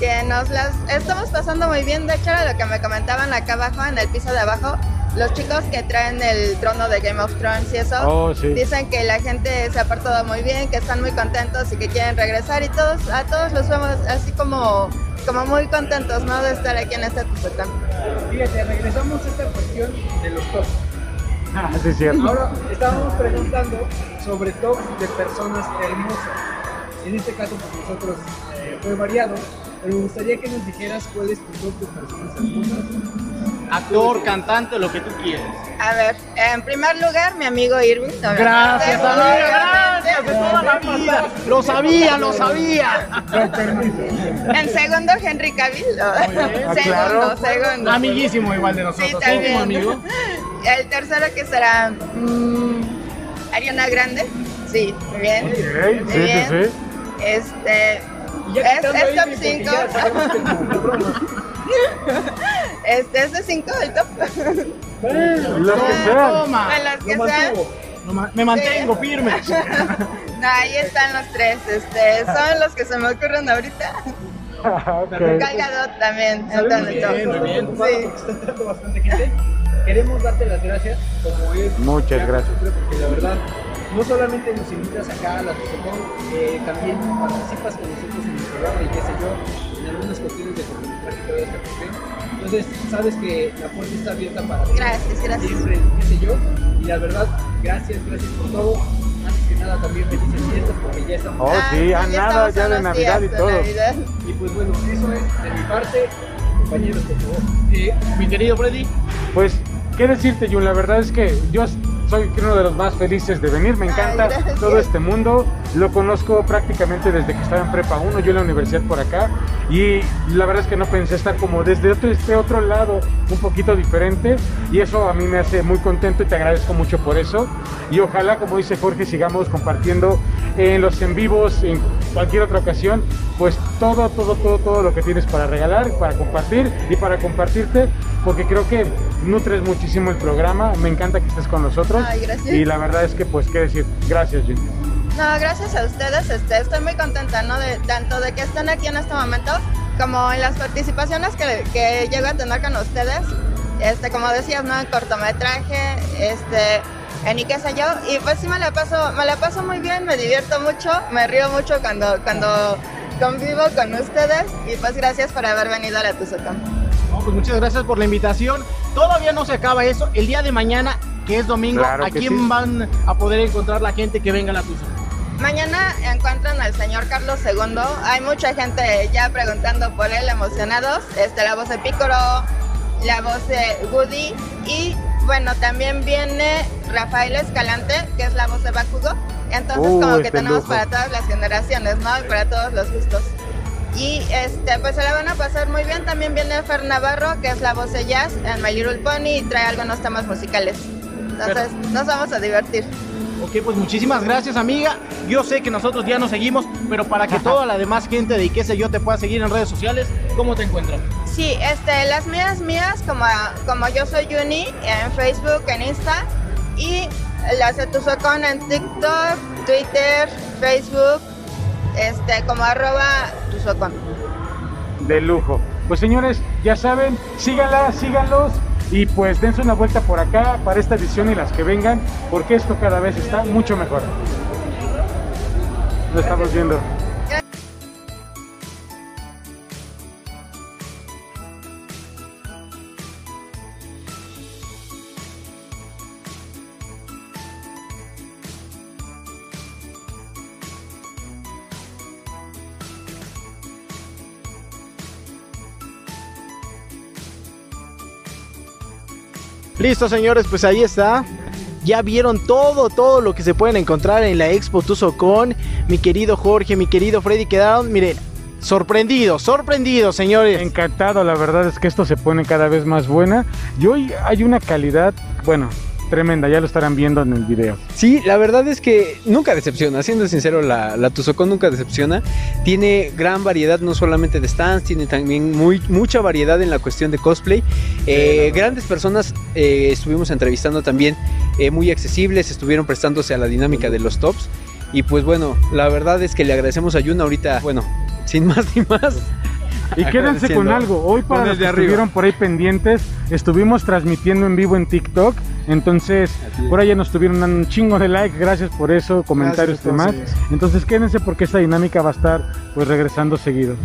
K: que nos las estamos pasando muy bien, de hecho era lo que me comentaban acá abajo, en el piso de abajo, los chicos que traen el trono de Game of Thrones y eso,
C: Oh, sí.
K: dicen que la gente se ha portado muy bien, que están muy contentos y que quieren regresar y todos, a todos los vemos así como, como muy contentos, ¿no? De estar aquí en este Tuzocón.
D: Fíjate, regresamos a esta cuestión de los tops.
C: Ah, sí, es cierto.
D: Ahora estábamos preguntando sobre tops de personas hermosas. En este caso, pues nosotros eh, fue variado, pero me gustaría que nos dijeras cuál es tu top de personas hermosas.
A: Actor, cantante, lo que tú quieras.
K: A ver, en primer lugar, mi amigo Irving.
A: Gracias, amiga,
K: gracias,
A: de toda la vida. Lo sabía, lo sabía.
K: En segundo, Henry Cavill.
C: Ah,
K: segundo,
A: claro.
K: segundo.
A: Amiguísimo igual de
K: Sí,
A: nosotros.
K: también.
A: Íntimo amigo.
K: El tercero que será mm, Ariana Grande. Sí, muy bien.
C: Ok,
K: Muy
C: sí, sí,
K: bien.
C: sí.
K: Este.
C: Ya
K: Es,
C: quitando
K: es
C: ahí,
K: top
C: porque
K: 5.
C: ya sabemos que
K: Este es de 5 el top.
C: Lo que sea.
K: De los que
A: Lo
K: sean.
A: mantuvo. Lo ma- Me mantengo
K: Sí.
A: firme.
K: No, ahí están los tres. Este, son los que se me ocurren ahorita. Calgadot también. está en el top. Sí.
D: Queremos darte las gracias como es.
C: Muchas
D: ya
C: gracias.
D: siempre, Porque la verdad, no solamente nos invitas acá a la Tosocón, eh, también participas con nosotros en el programa y qué sé yo, en algunas cuestiones de comunicación que todavía está por ver. Entonces, sabes que la puerta está abierta para ti.
K: Gracias, gracias.
D: Siempre, qué sé yo. Y la verdad, gracias, gracias por todo. Antes que nada, también felices fiestas porque ya estamos.
K: Ah,
C: Oh,
K: pues
C: sí, a nada, ya de Navidad y todo.
D: Y pues bueno, eso es de mi parte, compañeros, por favor.
A: Mi querido Freddy.
C: Pues, ¿qué decirte, Jun? La verdad es que yo soy uno de los más felices de venir. Me encanta
K: gracias.
C: todo este mundo. Lo conozco prácticamente desde que estaba en Prepa 1, yo en la universidad por acá. Y la verdad es que no pensé estar como desde otro, este otro lado, un poquito diferente. Y eso a mí me hace muy contento y te agradezco mucho por eso. Y ojalá, como dice Jorge, sigamos compartiendo en los en vivos, en cualquier otra ocasión, pues todo, todo, todo, todo lo que tienes para regalar, para compartir y para compartirte, porque creo que nutres muchísimo el programa. Me encanta que estés con nosotros.
K: Ay, gracias.
C: Y la verdad es que, pues, qué decir, gracias, Jim.
K: No, gracias a ustedes, este, estoy muy contenta, ¿no? De, tanto de que estén aquí en este momento, como en las participaciones que, que llego a tener con ustedes, este, como decías, ¿no? En cortometraje, este, en y qué sé yo, y pues sí me la paso, me la paso muy bien, me divierto mucho, me río mucho cuando, cuando convivo con ustedes, y pues gracias por haber venido a la Tuzocón.
A: No, pues muchas gracias por la invitación. Todavía no se acaba eso. El día de mañana, que es domingo,
C: Claro
A: ¿a
C: que
A: quién
C: sí.
A: van a poder encontrar la gente que venga a la Tusa?
K: Mañana encuentran al señor Carlos II. Hay mucha gente ya preguntando por él, emocionados. Este, la voz de Pícoro, la voz de Woody y bueno, también viene Rafael Escalante, que es la voz de Bakugo. Entonces
N: Uy,
K: como que
N: qué
K: tenemos
N: lujo.
K: para todas las generaciones, ¿no? Y para todos los gustos. Y este, pues se la van a pasar muy bien. También viene Fer Navarro, que es la voz de jazz en My Little Pony y trae algunos temas musicales. Entonces nos vamos a divertir.
A: Ok, pues muchísimas gracias, amiga. Yo sé que nosotros ya nos seguimos, pero para que toda la demás gente de qué sé yo te pueda seguir en redes sociales, ¿cómo te encuentran?
K: Sí, este, las mías mías, como, como yo soy Juni, en Facebook, en Insta, y las de Tuzocón en TikTok, Twitter, Facebook, este, como arroba Tuzocón.
C: De lujo. Pues señores, ya saben, síganla, síganlos y pues dense una vuelta por acá para esta edición y las que vengan, porque esto cada vez está mucho mejor. Lo estamos viendo.
A: Listo, señores, pues ahí está. Ya vieron todo, todo lo que se pueden encontrar en la Expo Tuso con mi querido Jorge, mi querido Freddy. Quedaron, miren, sorprendidos, sorprendidos, señores.
C: Encantado, la verdad es que esto se pone cada vez más buena y hoy hay una calidad, bueno, tremenda, ya lo estarán viendo en el video.
B: Sí, la verdad es que nunca decepciona, siendo sincero, la, la Tuzocón nunca decepciona. Tiene gran variedad, no solamente de stands, tiene también muy, mucha variedad en la cuestión de cosplay. Eh, grandes personas eh, estuvimos entrevistando también, eh, muy accesibles, estuvieron prestándose a la dinámica de los tops. Y pues bueno, la verdad es que le agradecemos a Yuna ahorita, bueno, sin más ni más.
C: Y quédense con
B: Agradeciendo.
C: algo. Hoy para
B: Con
C: los
B: desde
C: que
B: arriba.
C: estuvieron por ahí pendientes, estuvimos transmitiendo en vivo en TikTok. Entonces, por allá nos tuvieron dando un chingo de like. Gracias por eso, comentarios
A: por
C: demás.
A: todos ellos.
C: Entonces, quédense porque esta dinámica va a estar pues regresando seguido.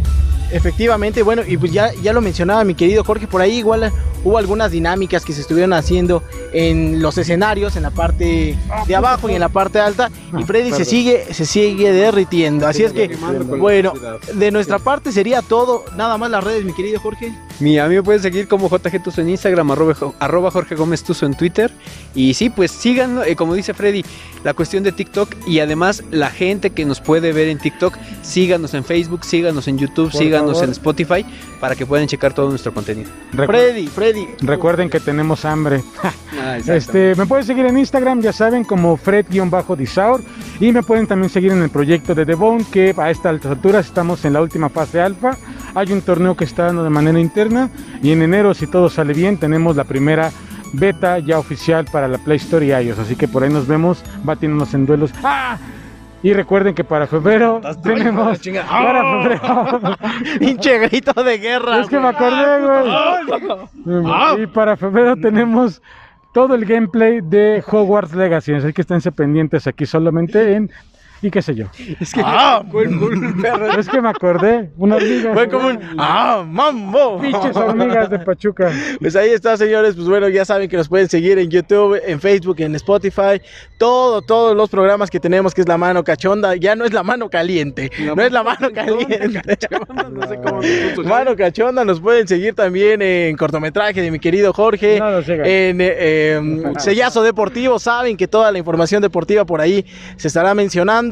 A: Efectivamente, bueno, y pues ya, ya lo mencionaba mi querido Jorge, por ahí igual hubo algunas dinámicas que se estuvieron haciendo en los escenarios, en la parte de abajo y en la parte alta, y
C: Ah,
A: Freddy se
O: perdón.
A: sigue, se sigue derritiendo. Así es que, bueno, de nuestra parte sería todo, nada más las redes, mi querido Jorge.
B: Mi, a mí me pueden seguir como JG Tuzo en Instagram, arroba, jo- arroba Jorge Gómez Tuzo en Twitter. Y sí, pues sigan, eh, como dice Freddy, la cuestión de TikTok y además la gente que nos puede ver en TikTok, síganos en Facebook, síganos en YouTube,
C: Por
B: síganos
C: favor.
B: en Spotify para que puedan checar todo nuestro contenido.
A: Freddy, Freddy.
C: Recuerden que tenemos hambre.
B: Ah, exacto.
C: Este, me pueden seguir en Instagram, ya saben, como Fred-Disaur. Y me pueden también seguir en el proyecto de The Bone, que a estas alturas estamos en la última fase alfa. Hay un torneo que está dando de manera interna. Y en enero, si todo sale bien, tenemos la primera beta ya oficial para la Play Store y iOS. Así que por ahí nos vemos, batiéndonos en duelos. ¡Ah! Y recuerden que para febrero tenemos. Para febrero.
A: Pinche grito de guerra. Ah,
C: Es que me acordé, güey. Y para febrero
A: Mm.
C: tenemos todo el gameplay de Hogwarts Legacy. Así que esténse pendientes aquí solamente en. Y qué sé yo.
B: Es que,
C: es que me acordé. Una hormiga.
A: Ah, Fue como un ¡Ah, mambo!
C: Pinches hormigas de Pachuca.
A: Pues ahí está, señores. Pues bueno, ya saben que nos pueden seguir en YouTube, en Facebook, en Spotify. Todo, todos los programas que tenemos, que es la mano cachonda. Ya no es la mano caliente. no es la mano caliente. Mano cachonda, nos pueden seguir también en cortometraje de mi querido Jorge. en eh, eh, sellazo deportivo. Saben que toda la información deportiva por ahí se estará mencionando.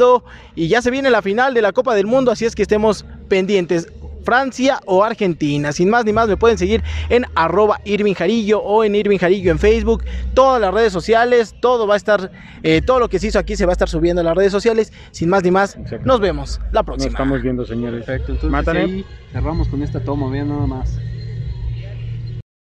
A: Y ya se viene la final de la Copa del Mundo, así es que estemos pendientes. Francia o Argentina. Sin más ni más, me pueden seguir en arroba Irving Jarillo o en Irving Jarillo en Facebook. Todas las redes sociales, todo va a estar, eh, todo lo que se hizo aquí se va a estar subiendo en las redes sociales. Sin más ni más, nos vemos la
C: Nos
A: próxima.
C: estamos viendo, señores. eh?
B: Perfecto, entonces
C: Mátale.
B: ahí cerramos con esta toma, vean nada más.